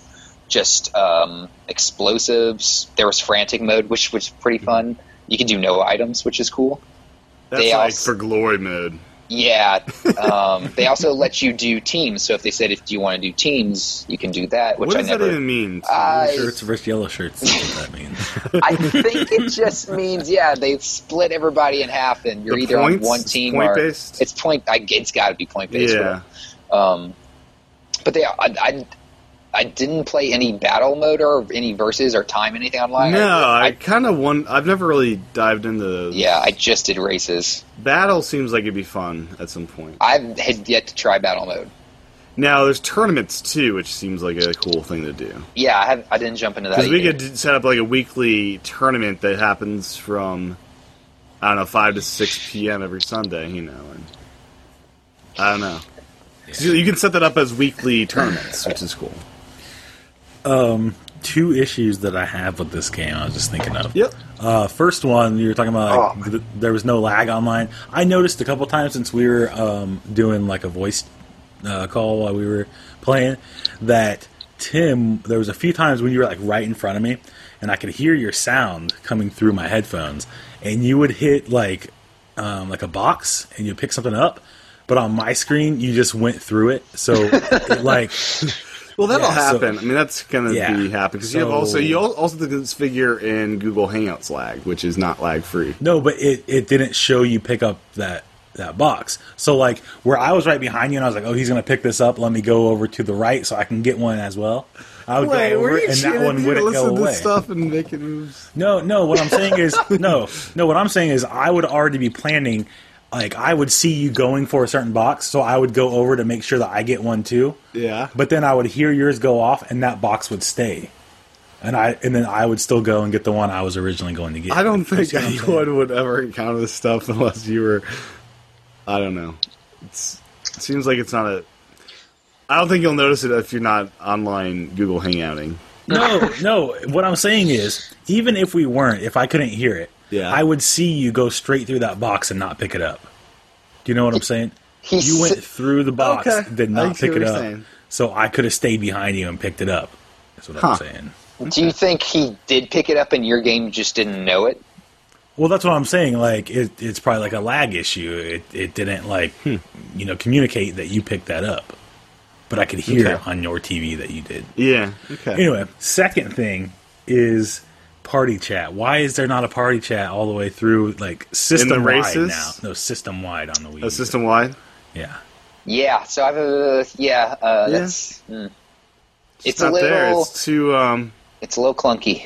C: just um, explosives. There was frantic mode, which was pretty fun. You can do no items, which is cool.
B: That's
C: They
B: like
C: also-
B: for glory mode.
C: Yeah. Um, they also let you do teams. So if they said if do you want to do teams, you can do that, which
B: what
C: I
B: does
C: never.
B: that even mean?
C: I,
D: Shirts versus yellow shirts. That's what that means. <laughs>
C: I think it just means yeah they split everybody in half and you're
B: The
C: either
B: points?
C: on one
B: It's
C: team or
B: point-based?
C: it's point. I, it's got to be point based.
B: yeah,
C: Um, but they I, I I didn't play any battle mode or any verses or time anything online.
B: no, I, kind of want. I've never really dived into those.
C: yeah I just did races.
B: battle seems like it'd be fun at some point.
C: I had yet to try battle mode.
B: Now there's tournaments too, which seems like a cool thing to do.
C: Yeah, I, have, I didn't jump into that.
B: Because we
C: either.
B: could d- set up like a weekly tournament that happens from I don't know five to six p.m. every Sunday, you know. And I don't know. 'Cause You you can set that up as weekly tournaments, which is cool.
D: Two issues that I have with this game. I was just thinking of.
B: Yep.
D: Uh, first one, you were talking about like, th- there was no lag online. I noticed a couple times since we were um, doing like a voice uh, call while we were playing that Tim, there was a few times when you were like right in front of me, and I could hear your sound coming through my headphones, and you would hit like um, like a box and you pick something up, but on my screen you just went through it, so it, like
B: Well, that'll
D: Yeah, so-
B: happen. I mean, that's gonna
D: Yeah.
B: be happen because you have
D: So-
B: also you al- also have this figure in Google Hangouts lag, which is not lag free.
D: No, but it, it didn't show you pick up that that box. So like where I was right behind you, and I was like, oh, he's gonna pick this up. Let me go over to the right so I can get one as well. I would go over, it, and that one wouldn't go away.
B: stuff and making moves?
D: No, no. What I'm
B: <laughs>
D: saying is no, no. What I'm saying is I would already be planning. Like I would see you going for a certain box, so I would go over to make sure that I get one too.
B: Yeah.
D: But then I would hear yours go off, and that box would stay, and I and then I would still go and get the one I was originally going to get.
B: I don't think
D: <laughs> That's what I'm saying.
B: anyone would ever encounter this stuff unless you were. I don't know. It's, it seems like it's not a. I don't think you'll notice it if you're not online Google Hangouting. <laughs>
D: No, no. What I'm saying is, even if we weren't, if I couldn't hear it,
B: Yeah.
D: I would see you go straight through that box and not pick it up. Do you know what I'm saying?
C: He's-
D: you went through the box,
B: Okay.
D: did
B: I
D: not
B: see
D: pick
B: what
D: it
B: you're
D: up,
B: saying.
D: so I could have stayed behind you and picked it up. That's what
B: Huh.
D: I'm saying.
C: Do you think he did pick it up and your game just didn't know it?
D: Well, that's what I'm saying. Like, it, it's probably like a lag issue. It, it didn't like,
B: Hmm.
D: you know, communicate that you picked that up, but I could hear
B: Okay.
D: it on your TV that you did.
B: Yeah. Okay.
D: Anyway, second thing is party chat. Why is there not a party chat all the way through like system wide
B: races?
D: now? No, Oh, system wide on the Wii. U.
B: A system wide.
D: Yeah.
C: Yeah. So I've uh, yeah. Uh, That's mm. it's,
B: It's
C: a
B: not
C: little
B: there. It's too. Um,
C: it's a little clunky.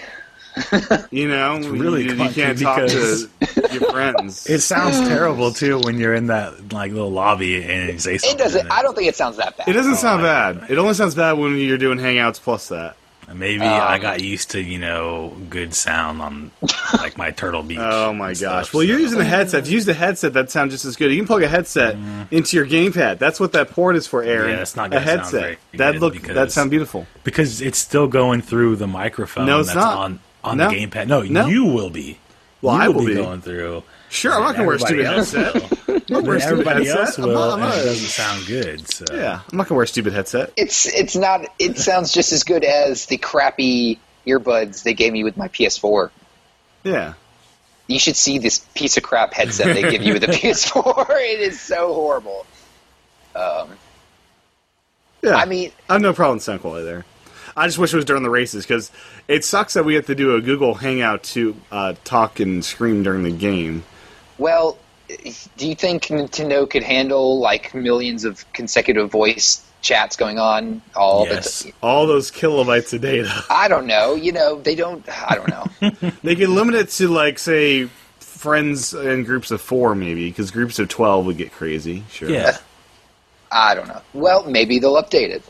B: you know,
D: really
B: you, you
D: clunky
B: can't talk
D: because-
B: to your
D: <laughs>
B: friends.
D: It sounds
B: Hmm.
D: terrible too when you're in that like little lobby and you say
C: It
D: something.
C: doesn't.
D: and
C: I don't think it sounds that bad.
B: It doesn't sound
D: Oh, I
B: bad. It only sounds bad when you're doing Hangouts plus that.
D: Maybe
B: Oh.
D: I got used to you know good sound on like my Turtle Beach.
B: <laughs> Oh my
D: and
B: gosh!
D: stuff,
B: well, you're
D: so-
B: using a headset. If you use the headset, that sounds just as good. You can plug a headset into your gamepad. That's what that port is for, Aaron.
D: Mm. Yeah, it's not
B: a
D: gonna sound
B: headset.
D: very
B: that
D: good
B: look
D: because-
B: that sound beautiful.
D: because it's still going through the microphone.
B: No, it's
D: that's
B: not.
D: on on
B: No.
D: the gamepad. No,
B: No.
D: you will be.
B: Well,
D: you
B: I will be.
D: going through.
B: Sure, I'm not gonna wear a
D: Everybody
B: stupid
D: else
B: headset.
D: will.
B: <laughs> I'm not
D: Then
B: wearing a stupid
D: everybody
B: headset.
D: else
B: I'm
D: will,
B: not- I'm
D: and
B: not-
D: it doesn't sound good. So.
B: yeah, I'm not gonna wear a stupid headset.
C: It's it's not. It sounds just as good as the crappy earbuds they gave me with my PS4.
B: Yeah,
C: You should see this piece of crap headset they give
B: <laughs>
C: you with a PS4. <laughs> It is so horrible.
B: yeah.
C: I mean-
B: I have no problem with sound quality there. I just wish it was during the races because it sucks that we have to do a Google Hangout to uh, talk and scream during the game.
C: Well, do you think Nintendo could handle like millions of consecutive voice chats going on all
D: Yes.
C: the time?
B: All those kilobytes of data.
C: I don't know. You know, they don't. I don't
D: <laughs>
C: know.
B: They could limit it to like say friends and groups of four, maybe because groups of twelve would get crazy. Sure.
D: Yeah.
C: I don't know. Well, maybe they'll update it.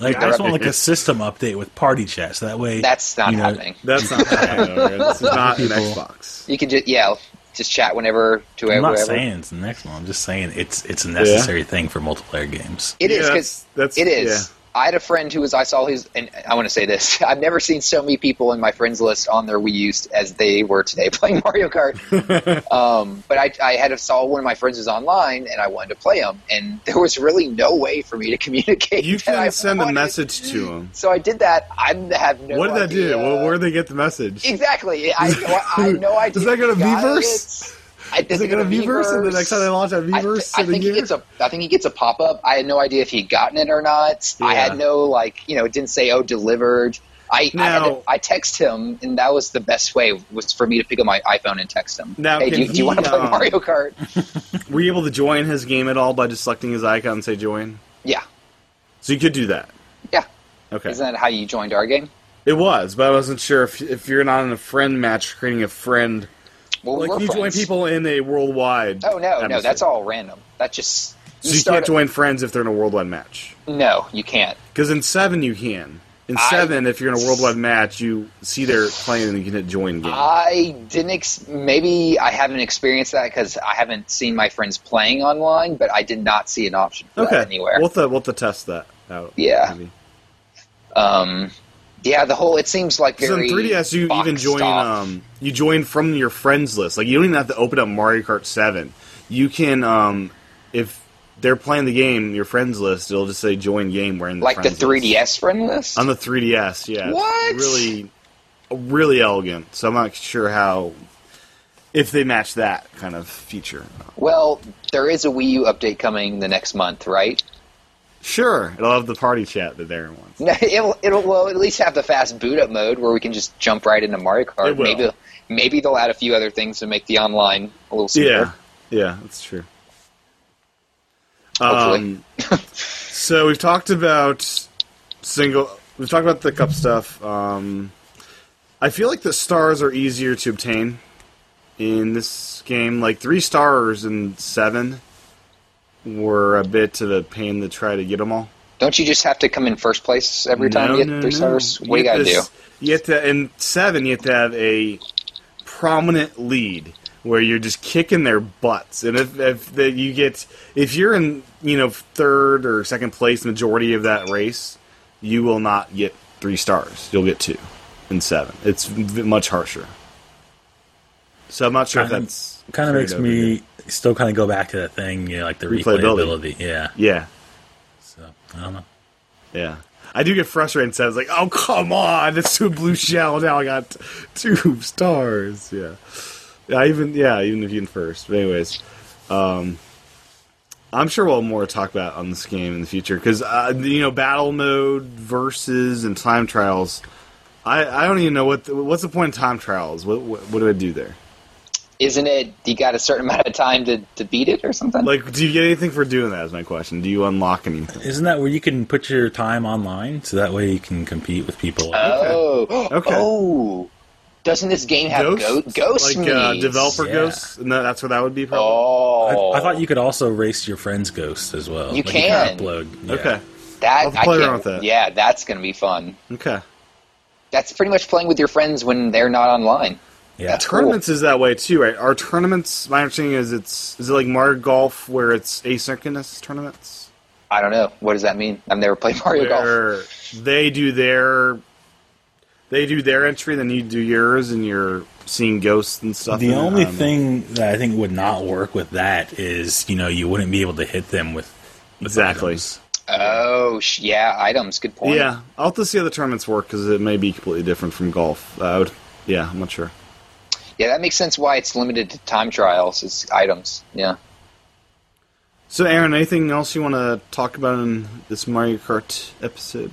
D: Like I just want like a system update with party chat, so that way
C: That's not
D: you know,
C: happening.
B: That's not happening. this is not an
D: People-
B: Xbox.
C: You can just yeah, just chat whenever to
D: I'm not
C: whoever.
D: saying it's the next one. I'm just saying it's it's a necessary thing for multiplayer games.
C: It is
B: Yeah,
C: because
B: that's- that's-
C: it is. I had a friend who was I saw his and I want to say this. <laughs> I've never seen so many people in my friends list on their Wii U's as they were today <laughs> playing Mario Kart.
B: <laughs>
C: um, but I, I had saw one of my friends was online and I wanted to play him, and <laughs> there was really no way for me to <laughs> communicate.
B: You
C: that I
B: can send a
C: wanted-
B: message to them.
C: So I did that. I have no.
B: what did that do?
C: idea.
B: Well, where did they get the message?
C: Exactly. I, I
B: <laughs>
C: have no idea.
B: Does that go to
C: who got
B: Miiverse?
C: it. I
B: Is
C: think
B: it going to Vverse, and the next time they launch that
C: I, thi-
B: Vverse,
C: I
B: of the
C: think he
B: year?
C: gets a. I think he gets a pop up. I had no idea if he'd gotten it or not. I
B: Yeah.
C: had no like you know. It didn't say oh delivered. I I, had to-
B: Now-
C: I text him, and that was the best way was for me to pick up my iPhone and text him.
B: Now,
C: hey, do
B: can
C: you, do you want
B: he,
C: to play
B: um,
C: Mario Kart?
B: Were you able to join his game at all by just selecting his icon and say join?
C: yeah,
B: So you could do that.
C: yeah.
B: Okay.
C: Isn't that how you joined our game?
B: it was, but I wasn't sure if if you're not in a friend match, creating a friend.
C: Well,
B: Like
C: we're
B: you join
C: friends.
B: people in a worldwide.
C: Oh no, no,
B: atmosphere.
C: that's all random. That just
B: So you
C: start
B: can't join friends if they're in a worldwide match.
C: No, you can't.
B: Because in seven you can. In
C: I-
B: seven, if you're in a worldwide match, you see their playing and you can hit join game.
C: I didn't. Ex- maybe I haven't experienced that because I haven't seen my friends playing online, but I did not see an option for
B: okay,
C: that anywhere.
B: We'll have, to, we'll have to test that out.
C: Yeah.
B: maybe.
C: um, yeah, the whole it seems like
B: 'Cause
C: very
B: in 3DS, you even
C: boxed
B: join.
C: off.
B: Um, you join from your friends list. Like you don't even have to open up Mario Kart Seven. You can, um, if they're playing the game, your friends list, it'll just say join game. We're in the
C: like the
B: friends list.
C: 3DS friend list.
B: on the 3DS. Yeah, it's
C: What?
B: Really, really elegant. So I'm not sure how if they match that kind of feature.
C: well, there is a Wii U update coming the next month, right? <laughs>
B: Sure, it'll have the party chat that Darren wants.
C: It'll it'll well at least have the fast boot up mode where we can just jump right into Mario Kart.
B: It will.
C: Maybe maybe they'll add a few other things to make the online a little smoother.
B: Yeah, yeah, that's true.
C: Hopefully.
B: Um, so we've talked about single. We've talked about the cup stuff. Um, I feel like the stars are easier to obtain in this game. Like three stars and seven were a bit of a pain to try to get them all.
C: Don't you just have to come in first place every time
B: No,
C: you get
B: no,
C: three
B: no.
C: stars? What do you gotta
B: have
C: do?
B: to s- You have to in seven. You have to have a prominent lead where you're just kicking their butts, and if if that you get if you're in you know third or second place majority of that race, you will not get three stars. You'll get two in seven. It's v- much harsher. So I'm not sure if
D: Kind-
B: that's
D: Kind of
B: carried
D: makes
B: over
D: me
B: here.
D: still kind of go back to that thing, you know, like the
B: Replayability.
D: replayability. Yeah.
B: yeah
D: So I don't know.
B: yeah. I do get frustrated. So I was like, "Oh come on, it's a blue shell." Now I got t- two stars. Yeah, I even yeah, even if you in first. But anyways, um, I'm sure we'll have more to talk about on this game in the future because uh, you know battle mode versus and time trials. I, I don't even know what the, what's the point of time trials. What, what what do I do there?
C: Isn't it you got a certain <laughs> amount of time to, to beat it or something?
B: Like, do you get anything for doing that? Is my question. Do you unlock anything?
D: Isn't that where you can put your time online so that way you can compete with people?
C: oh,
B: Okay.
C: oh. Doesn't this game have ghost ghost
B: like uh,
C: means?
B: developer
D: Yeah.
B: ghosts. No, that's where that would be. Probably.
C: Oh,
D: I, I thought you could also race your friend's ghost as well.
C: You can.
D: upload. yeah.
B: Okay.
C: that
B: I'll
C: I
B: play
C: can't-
B: around with that.
C: Yeah, that's gonna be fun.
B: Okay.
C: That's pretty much playing with your friends when they're not online.
D: Yeah.
C: That's cool.
B: Tournaments is that way too, right? Are tournaments? My understanding is it's is it like Mario Golf where it's asynchronous tournaments
C: I don't know. What does that mean? I've never played <laughs> Mario Golf.
B: where they do their they do their entry, then you do yours, and you're seeing ghosts and stuff.
D: The
B: and,
D: only
B: um,
D: thing that I think would not work with that is, you know, you wouldn't be able to hit them with, with
B: exactly.
D: items.
C: Oh, sh- yeah, items. Good point.
B: Yeah, I'll have to see how the tournaments work because it may be completely different from golf. I would, yeah, I'm not sure.
C: Yeah, that makes sense why it's limited to time trials. It's items. Yeah.
B: So, Aaron, anything else you want to talk about in this Mario Kart episode?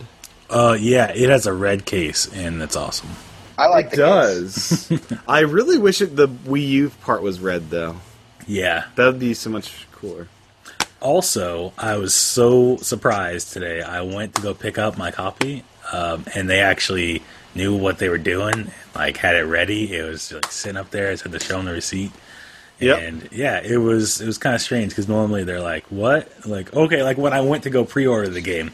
D: Uh, yeah, it has a red case and that's awesome.
C: I like the case.
B: does. I really wish it, the Wii U part was red though.
D: Yeah.
B: That would be so much cooler.
D: Also, I was so surprised today. I went to go pick up my copy, um, and they actually knew what they were doing. Like had it ready. It was like sitting up there. I said to show them the receipt.
B: Yep.
D: And yeah, it was it was kind of strange because normally they're like, "What?" Like, okay, like when I went to go pre-order the game,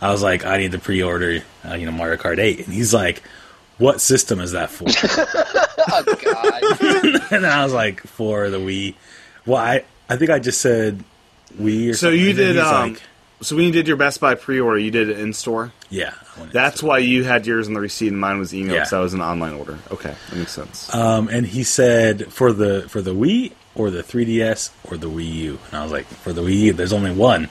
D: I was like, "I need to pre-order, uh, you know, Mario Kart 8," and he's like, "What system is
B: <laughs>
D: that for?"
C: <laughs>
D: <laughs>
C: Oh God. <laughs>
D: and then I was like, "For the Wii." Well, I I think I just said Wii. Or
B: So
D: something.
B: you
D: And then
B: did.
D: he's
B: Um,
D: like,
B: so when you did your Best Buy pre-order, you did it in store.
D: yeah. I went-
B: That's why you had yours on the receipt and mine was emailed.
D: Yeah.
B: because That was an online order. Okay, that makes sense.
D: Um, and he said for the for the Wii or the 3DS or the Wii U, and I was like, for the Wii U, there's only one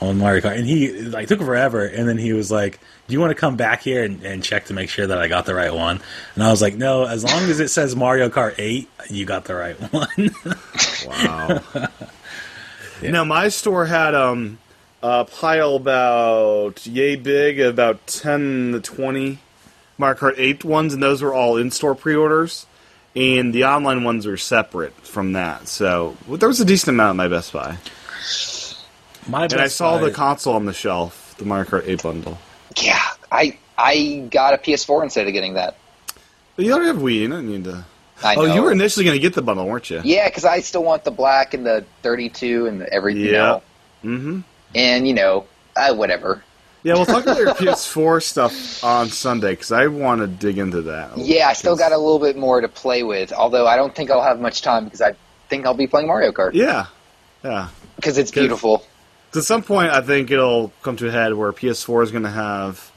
D: on Mario Kart, and he like took forever, and then he was like, do you want to come back here and, and check to make sure that I got the right one? And I was like, no, as long as it says Mario Kart 8, you got the right <laughs> one.
B: wow. <laughs> Now my store had um, a pile about yay big, about ten to twenty Mario Kart Eight ones, and those were all in-store pre-orders. And the online ones were separate from that, so well, there was a decent amount at my Best Buy.
D: My
B: And I saw the
D: comment.
B: console on the shelf, the Mario Kart 8 bundle.
C: yeah, I I got a PS4 instead of getting that.
B: But you already have Wii, you don't need to.
C: I
B: Oh,
C: know.
B: you were initially going to get the bundle, weren't you?
C: Yeah, because I still want the black and the 32 and the everything.
B: Yeah.
C: You know,
B: Mm-hmm.
C: and you know, uh, whatever.
B: Yeah, we'll talk about your PS4 stuff on Sunday because I want to dig into that.
C: Yeah, I still got a little bit more to play with. Although I don't think I'll have much time because I think I'll be playing Mario Kart
B: Yeah, yeah.
C: because it's
B: Good.
C: beautiful.
B: 'Cause at some point, I think it'll come to a head where PS4 is going to have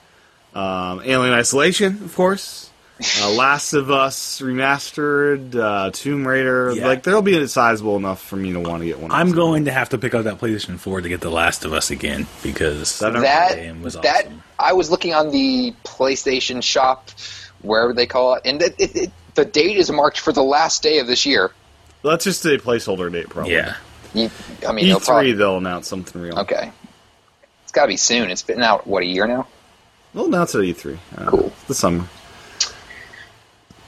B: um, Alien Isolation, of course.
C: <laughs>
B: uh, Last of Us remastered, uh, Tomb Raider.
D: Yeah.
B: Like there'll be a sizable enough for me to want to get one. of
D: I'm
B: those.
D: going to have to pick up that PlayStation 4 to get The Last of Us again because
B: That-
C: that
D: game was
C: that
D: awesome.
C: I was looking on the PlayStation Shop, wherever they call it, and it, it, it, the date is marked for the last day of this year.
B: That's just a placeholder date, probably.
D: yeah,
C: You, I mean,
B: E3
C: no problem.
B: they'll announce something real.
C: Okay, it's got to be soon. It's been out what a year now.
B: They'll announce it at E3. Uh,
C: Cool.
B: The summer.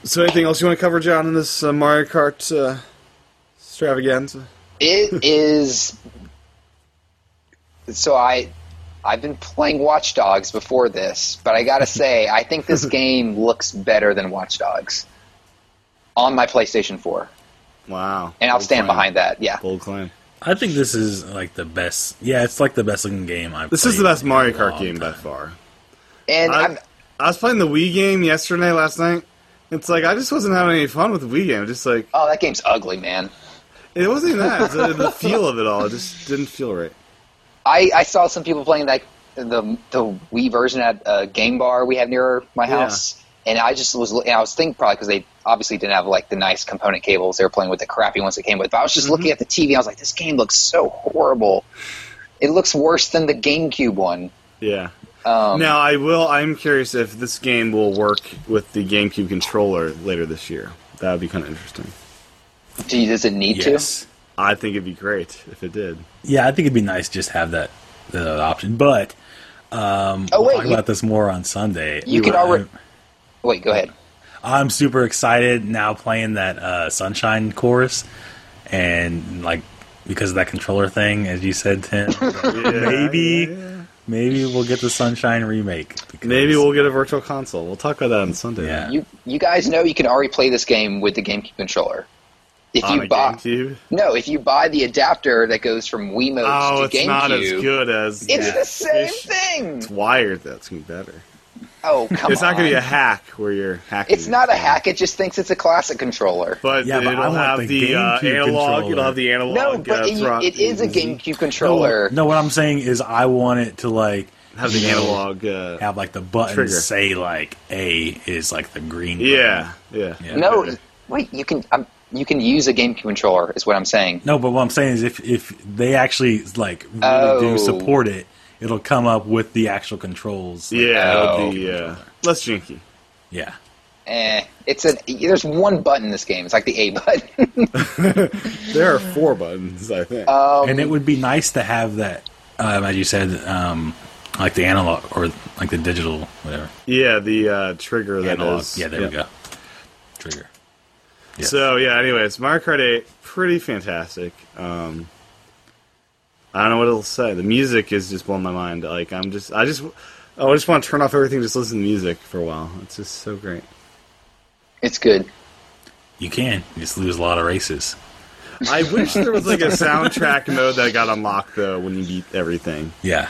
B: So anything else you want to cover, John, in this uh, Mario Kart uh, extravaganza?
C: It is. So I, I've been playing Watch Dogs before this, but I gotta say, I think this game looks better than Watch Dogs on my PlayStation 4,
B: Wow.
C: and I'll stand behind that. Yeah,
B: Bold claim.
D: I think this is like the best. Yeah, it's like the best looking game I've.
B: This is
D: played
B: the best
D: in a
B: Mario Kart
D: long
B: game by
D: time.
B: far.
C: and
B: I-
C: I'm,
B: I was playing the Wii game yesterday, last night. It's like I just wasn't having any fun with the Wii game. Just like
C: oh, that game's ugly, man.
B: it wasn't even that. It's, uh, the feel of it all it just didn't feel right.
C: I, I saw some people playing that the the Wii version at a game bar we have near my
B: Yeah.
C: house, and I just was and I was thinking probably because they obviously didn't have like the nice component cables they were playing with the crappy ones that came with. But I was
B: Mm-hmm.
C: just looking at the TV, I was like, this game looks so horrible. It looks worse than the GameCube one.
B: Yeah.
C: Um,
B: now I will. I'm curious if this game will work with the GameCube controller later this year. That would be kind of interesting.
C: Do you, does it need to?
D: Yes.
B: I think it'd be great if it
D: <laughs>
B: did.
D: Yeah, I think it'd be nice just have that that option. But um,
C: Oh,
D: we'll
C: wait,
D: talk
C: you-
D: about this more on Sunday.
C: You could already- Wait, go ahead.
D: I'm super excited now playing that uh, Sunshine chorus, and like because of that controller thing, as you
B: <laughs>
D: said, Tim. maybe, maybe we'll get the Sunshine remake. because-
B: Maybe we'll get a virtual console. We'll talk about that on Sunday.
D: Yeah.
C: You you guys know you can already play this game with the GameCube controller. If
B: On
C: you
B: a
C: buy
B: GameCube.
C: no, if you buy the adapter that goes from Wiimote
B: Oh,
C: to
B: it's
C: GameCube,
B: not as good as.
C: it's
B: yeah.
C: the same
B: It's-
C: thing.
B: It's wired. That's gonna be better.
C: Oh, come
B: it's not going to be a
C: on.
B: hack where you're hacking.
C: It's not a hack. It just thinks it's a classic controller.
B: But
D: Yeah, but I
B: it'll
D: want
B: have
D: the
B: the, uh, analog.
D: GameCube
B: It'll
D: controller.
B: have the analog.
C: no, but
B: uh,
C: it,
B: front.
C: it is a GameCube controller.
D: No, what I'm saying is I want it to like
B: Have the
D: you know,
B: analog. Uh,
D: have like the button
B: Trigger.
D: say like A is like the green. button.
B: yeah, yeah,
D: Yeah.
C: No, wait. You can um, you can use a GameCube controller. Is what I'm saying.
D: No, but what I'm saying is if if they actually like really
C: Oh.
D: do support it, it'll come up with the actual controls. like,
B: yeah.
C: Oh.
B: it'll be, uh, less janky.
D: yeah.
C: Eh, it's an. There's one button in this game. It's like the A <laughs> button.
B: There are four buttons, I think.
C: Um,
D: and it would be nice to have that, um, as you said, um, like the analog or like the digital, whatever.
B: yeah, the uh, trigger that
D: analog.
B: is-
D: yeah, there we go. Trigger. Yes.
B: So yeah, anyways, Mario Kart 8, pretty fantastic. Um, I don't know what it'll say. The music is just blowing my mind. Like I'm just, I just, oh, I just want to turn off everything, just listen to music for a while. It's just so great.
C: it's good.
D: you can you just lose a lot of races.
B: I wish there was
D: <laughs>
B: like a soundtrack mode that got unlocked though when you beat everything.
D: Yeah,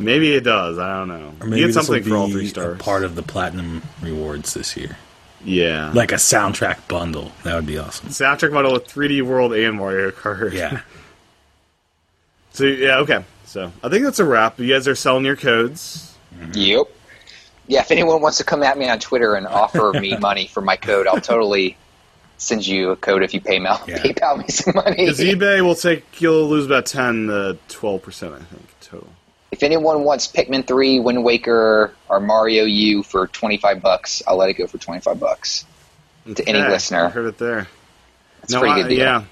B: Maybe it does. I don't know.
D: or maybe
B: you
D: this
B: get
D: will
B: something for all
D: be
B: three
D: a
B: stars.
D: part of the platinum rewards this year,
B: yeah,
D: like a soundtrack bundle. That would be awesome.
B: soundtrack model with 3D World and Mario Kart. <laughs>
D: Yeah,
B: so yeah, okay. So I think that's a wrap. You guys are selling your codes.
C: Yep. Yeah. If anyone wants to come at me on Twitter and offer
B: <laughs>
C: me money for my code, I'll totally send you a code if you PayPal
D: Yeah.
C: PayPal me some money. <laughs>
B: Because eBay will take you'll lose about ten to twelve percent, I think, total.
C: If anyone wants Pikmin 3, Wind Waker, or Mario U for 25 bucks, I'll let it go for 25 bucks. To any
B: Okay,
C: listener.
B: I heard it there.
C: It's a pretty
B: I,
C: good deal.
B: Yeah,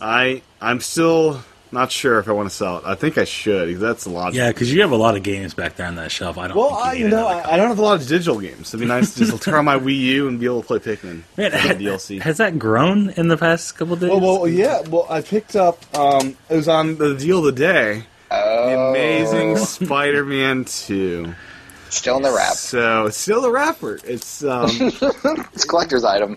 B: I I'm still not sure if I want to sell it. I think I should. 'cause That's a lot.
D: yeah, because you have a lot of games back there on that shelf. I don't.
B: Well,
D: think
B: I
D: you
B: you
D: need
B: know
D: another
B: I, I don't have a lot of digital games. It'd be nice to
D: <laughs>
B: just turn on my Wii U and be able to play Pikmin.
D: Man,
B: Get
D: has,
B: the DLC.
D: has that grown in the past couple days?
B: well, well, yeah. Well, I picked up. Um, it was on the deal of the day. The
C: Oh,
B: Amazing Spider-Man Two.
C: Still in the wrap.
B: So it's still the wrapper. It's
D: <laughs>
B: um,
C: It's a collector's item.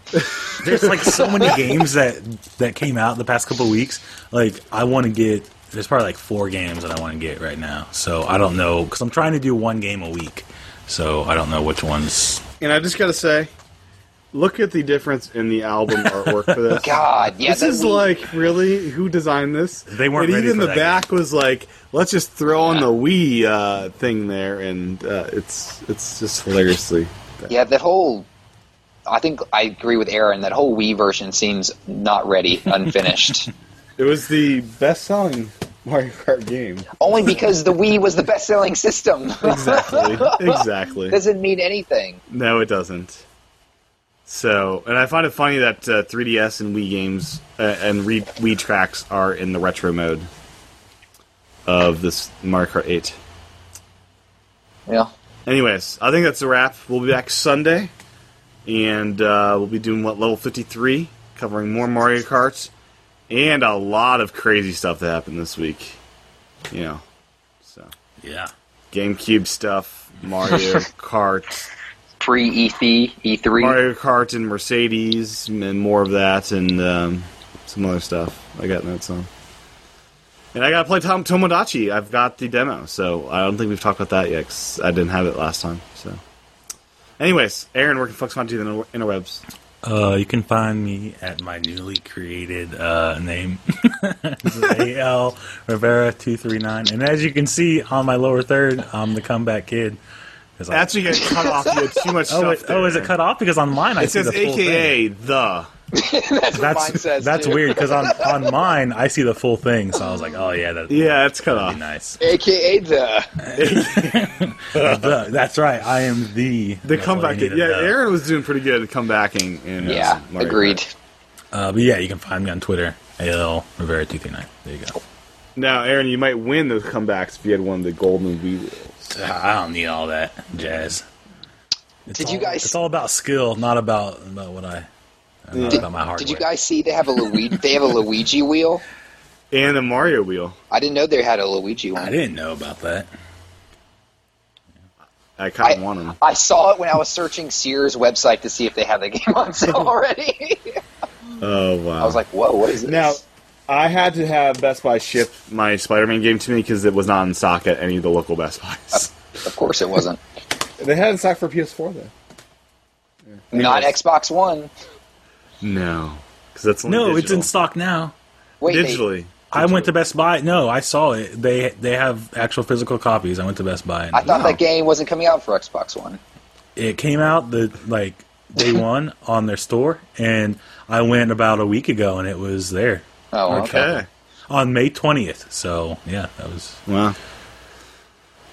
B: <laughs>
D: there's like so many games that that came out the past couple weeks. Like I want to get there's probably like four games that I want to get right now. So I don't know because I'm trying to do one game a week. So I don't know which ones.
B: And I just gotta say, look at the difference in the album artwork
D: <laughs>
B: for this.
C: God, yeah.
B: this
C: that
B: is
C: we-
B: like really who designed this?
D: They weren't
B: And
D: ready
B: even
D: for
B: the
D: that
B: back was like, let's just throw on the Wii uh, thing there, and uh, it's it's just hilariously.
C: Yeah, the whole I think I agree with Aaron. That whole Wii version seems
B: <laughs>
C: not ready, unfinished.
B: It was the best selling Mario Kart game.
C: Only because the Wii was the best-selling system <laughs>
B: Exactly. <laughs> exactly.
C: doesn't mean anything.
B: No, it doesn't. So, and I find it funny that uh, 3DS and Wii games uh, and re- Wii tracks are in the retro mode of this Mario Kart 8.
C: Yeah.
B: Anyways, I think that's a wrap. We'll be back Sunday, and uh, we'll be doing what level 53, covering more Mario Karts, and a lot of crazy stuff that happened this week. You know, so
D: Yeah.
B: GameCube stuff, Mario
C: <laughs>
B: Kart,
C: Pre E3, E3.
B: Mario Kart and Mercedes, and more of that, and um, some other stuff. I got notes on. And I gotta play Tom- Tomodachi. I've got the demo, so I don't think we've talked about that yet. 'cause I didn't have it last time. So, anyways, Aaron, where can folks find you on the inter- interwebs?
D: Uh, you can find me at my newly created uh, name, <laughs> AL Rivera two three nine, and as you can see on my lower third, I'm the comeback kid. 'Cause I-
B: That's when you get cut off. You had too much
D: oh,
B: stuff.
D: wait, oh, is it
B: there.
D: cut off? Because on mine I
B: It
D: see
B: says
D: the full thing.
B: AKA the.
C: that's what mine
D: That's
C: says.
D: that's
C: too.
D: weird
B: <laughs>
D: because on on mine I see the full thing, so I was like, oh yeah, that,
B: Yeah, it's cut
D: that'd be
B: off.
D: nice.
C: AKA the.
D: The- that's right, I am
B: The
D: the that's all you
B: comeback.
D: needed,
B: Yeah,
D: the-
B: Aaron was doing pretty good at comebacking. In, uh,
C: Yeah,
B: Mario Kart.
C: agreed.
D: Uh, but yeah, you can find me on Twitter, AL Rivera two three nine. There you go.
B: Now, Aaron, you might win those comebacks if you had one of the golden Wii wheels.
D: I I don't need all that jazz. It's
C: Did you
D: all-
C: guys-
D: It's all about skill, not about about what I. Not about my hard
C: Did you
D: work.
C: guys see they have a Luigi? they have a Luigi wheel.
B: And a Mario wheel.
C: I didn't know they had a Luigi
D: I
C: one.
D: didn't know about that.
B: I kind of want them.
C: I saw it when I was searching Sears website to see if they had the game on
D: <laughs>
C: sale already.
B: Oh wow!
C: I was like, "Whoa, what is this?"
B: now I had to have Best Buy ship my Spider-Man game to me because it was not in stock at any of the local Best
C: <laughs>
B: Buys.
C: of course, it wasn't.
B: they had it in stock for PS4 though.
C: Not Xbox One.
B: No, because that's only
D: No, it's in
B: digital.
D: stock now.
C: Wait, they-
B: digitally.
D: I went to Best Buy. No, I saw it. They they have actual physical copies. I went to Best Buy. And
C: I thought that game wasn't coming out for Xbox One.
D: it came out the like
C: <laughs>
D: day one on their store, and I went about a week ago, and it was there
C: Oh, okay.
B: Okay.
D: on May twentieth. So yeah, that was
B: Wow.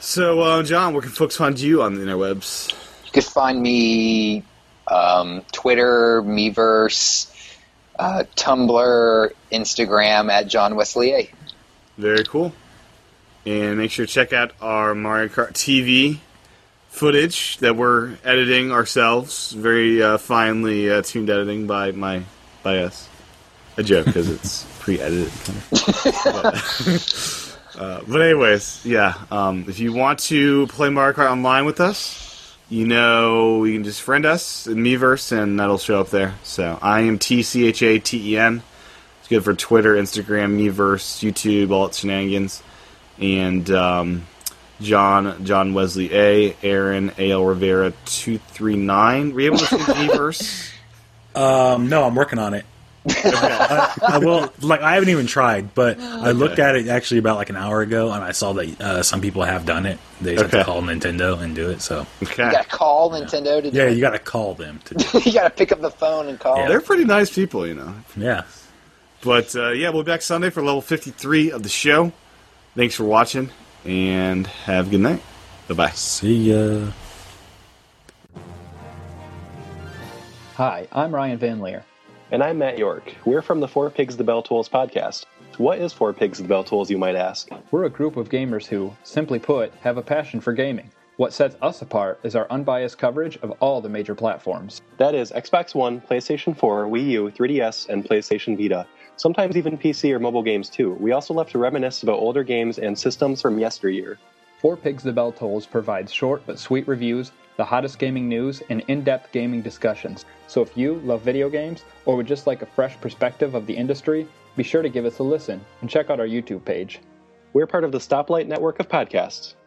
B: So, uh, John, where can folks find you on the interwebs?
C: You could find me um, Twitter, Meverse, uh, Tumblr, Instagram at John Wesley A.
B: Very cool. And make sure to check out our Mario Kart TV footage that we're editing ourselves. Very uh, finely uh, tuned editing by my by us. A joke because it's <laughs> pre-edited. Kind of. but, <laughs> uh, but anyways, yeah. Um, if you want to play Mario Kart online with us, you know you can just friend us in Meverse, and that'll show up there. So I am T C H A T E N. It's good for Twitter, Instagram, Meverse, YouTube, all its shenanigans. And um, John John Wesley A, Aaron A L Rivera two three nine. Were you able to see Meverse?
D: um, no, I'm working on it. I, I will like I haven't even tried, but I looked at it actually about like an hour ago, and I saw that uh, some people have done it. They just have
B: Okay.
D: to call Nintendo and do it. So
B: Okay,
C: You got to call Nintendo to.
D: Ah. yeah, you got to call them to do.
C: <laughs>
D: It.
C: you got to pick up the phone and call.
D: Yeah.
B: they're pretty nice people, you know.
D: Yeah,
B: But uh, yeah, we'll be back Sunday for level fifty three of the show. Thanks for watching, and have a good night. Bye bye.
D: see ya.
E: Hi, I'm Ryan Van Leer.
F: And I'm Matt York. We're from the Four Pigs the Bell Tools podcast. What is Four Pigs the Bell Tools, you might ask?
E: We're a group of gamers who, simply put, have a passion for gaming. What sets us apart is our unbiased coverage of all the major platforms.
F: That is Xbox One, PlayStation 4, Wii U, 3DS, and PlayStation Vita. Sometimes even PC or mobile games too. We also love to reminisce about older games and systems from yesteryear.
E: Four Pigs the Bell Tolls provides short but sweet reviews, the hottest gaming news, and in depth gaming discussions. So if you love video games or would just like a fresh perspective of the industry, be sure to give us a listen and check out our YouTube page.
F: We're part of the Stoplight Network of podcasts.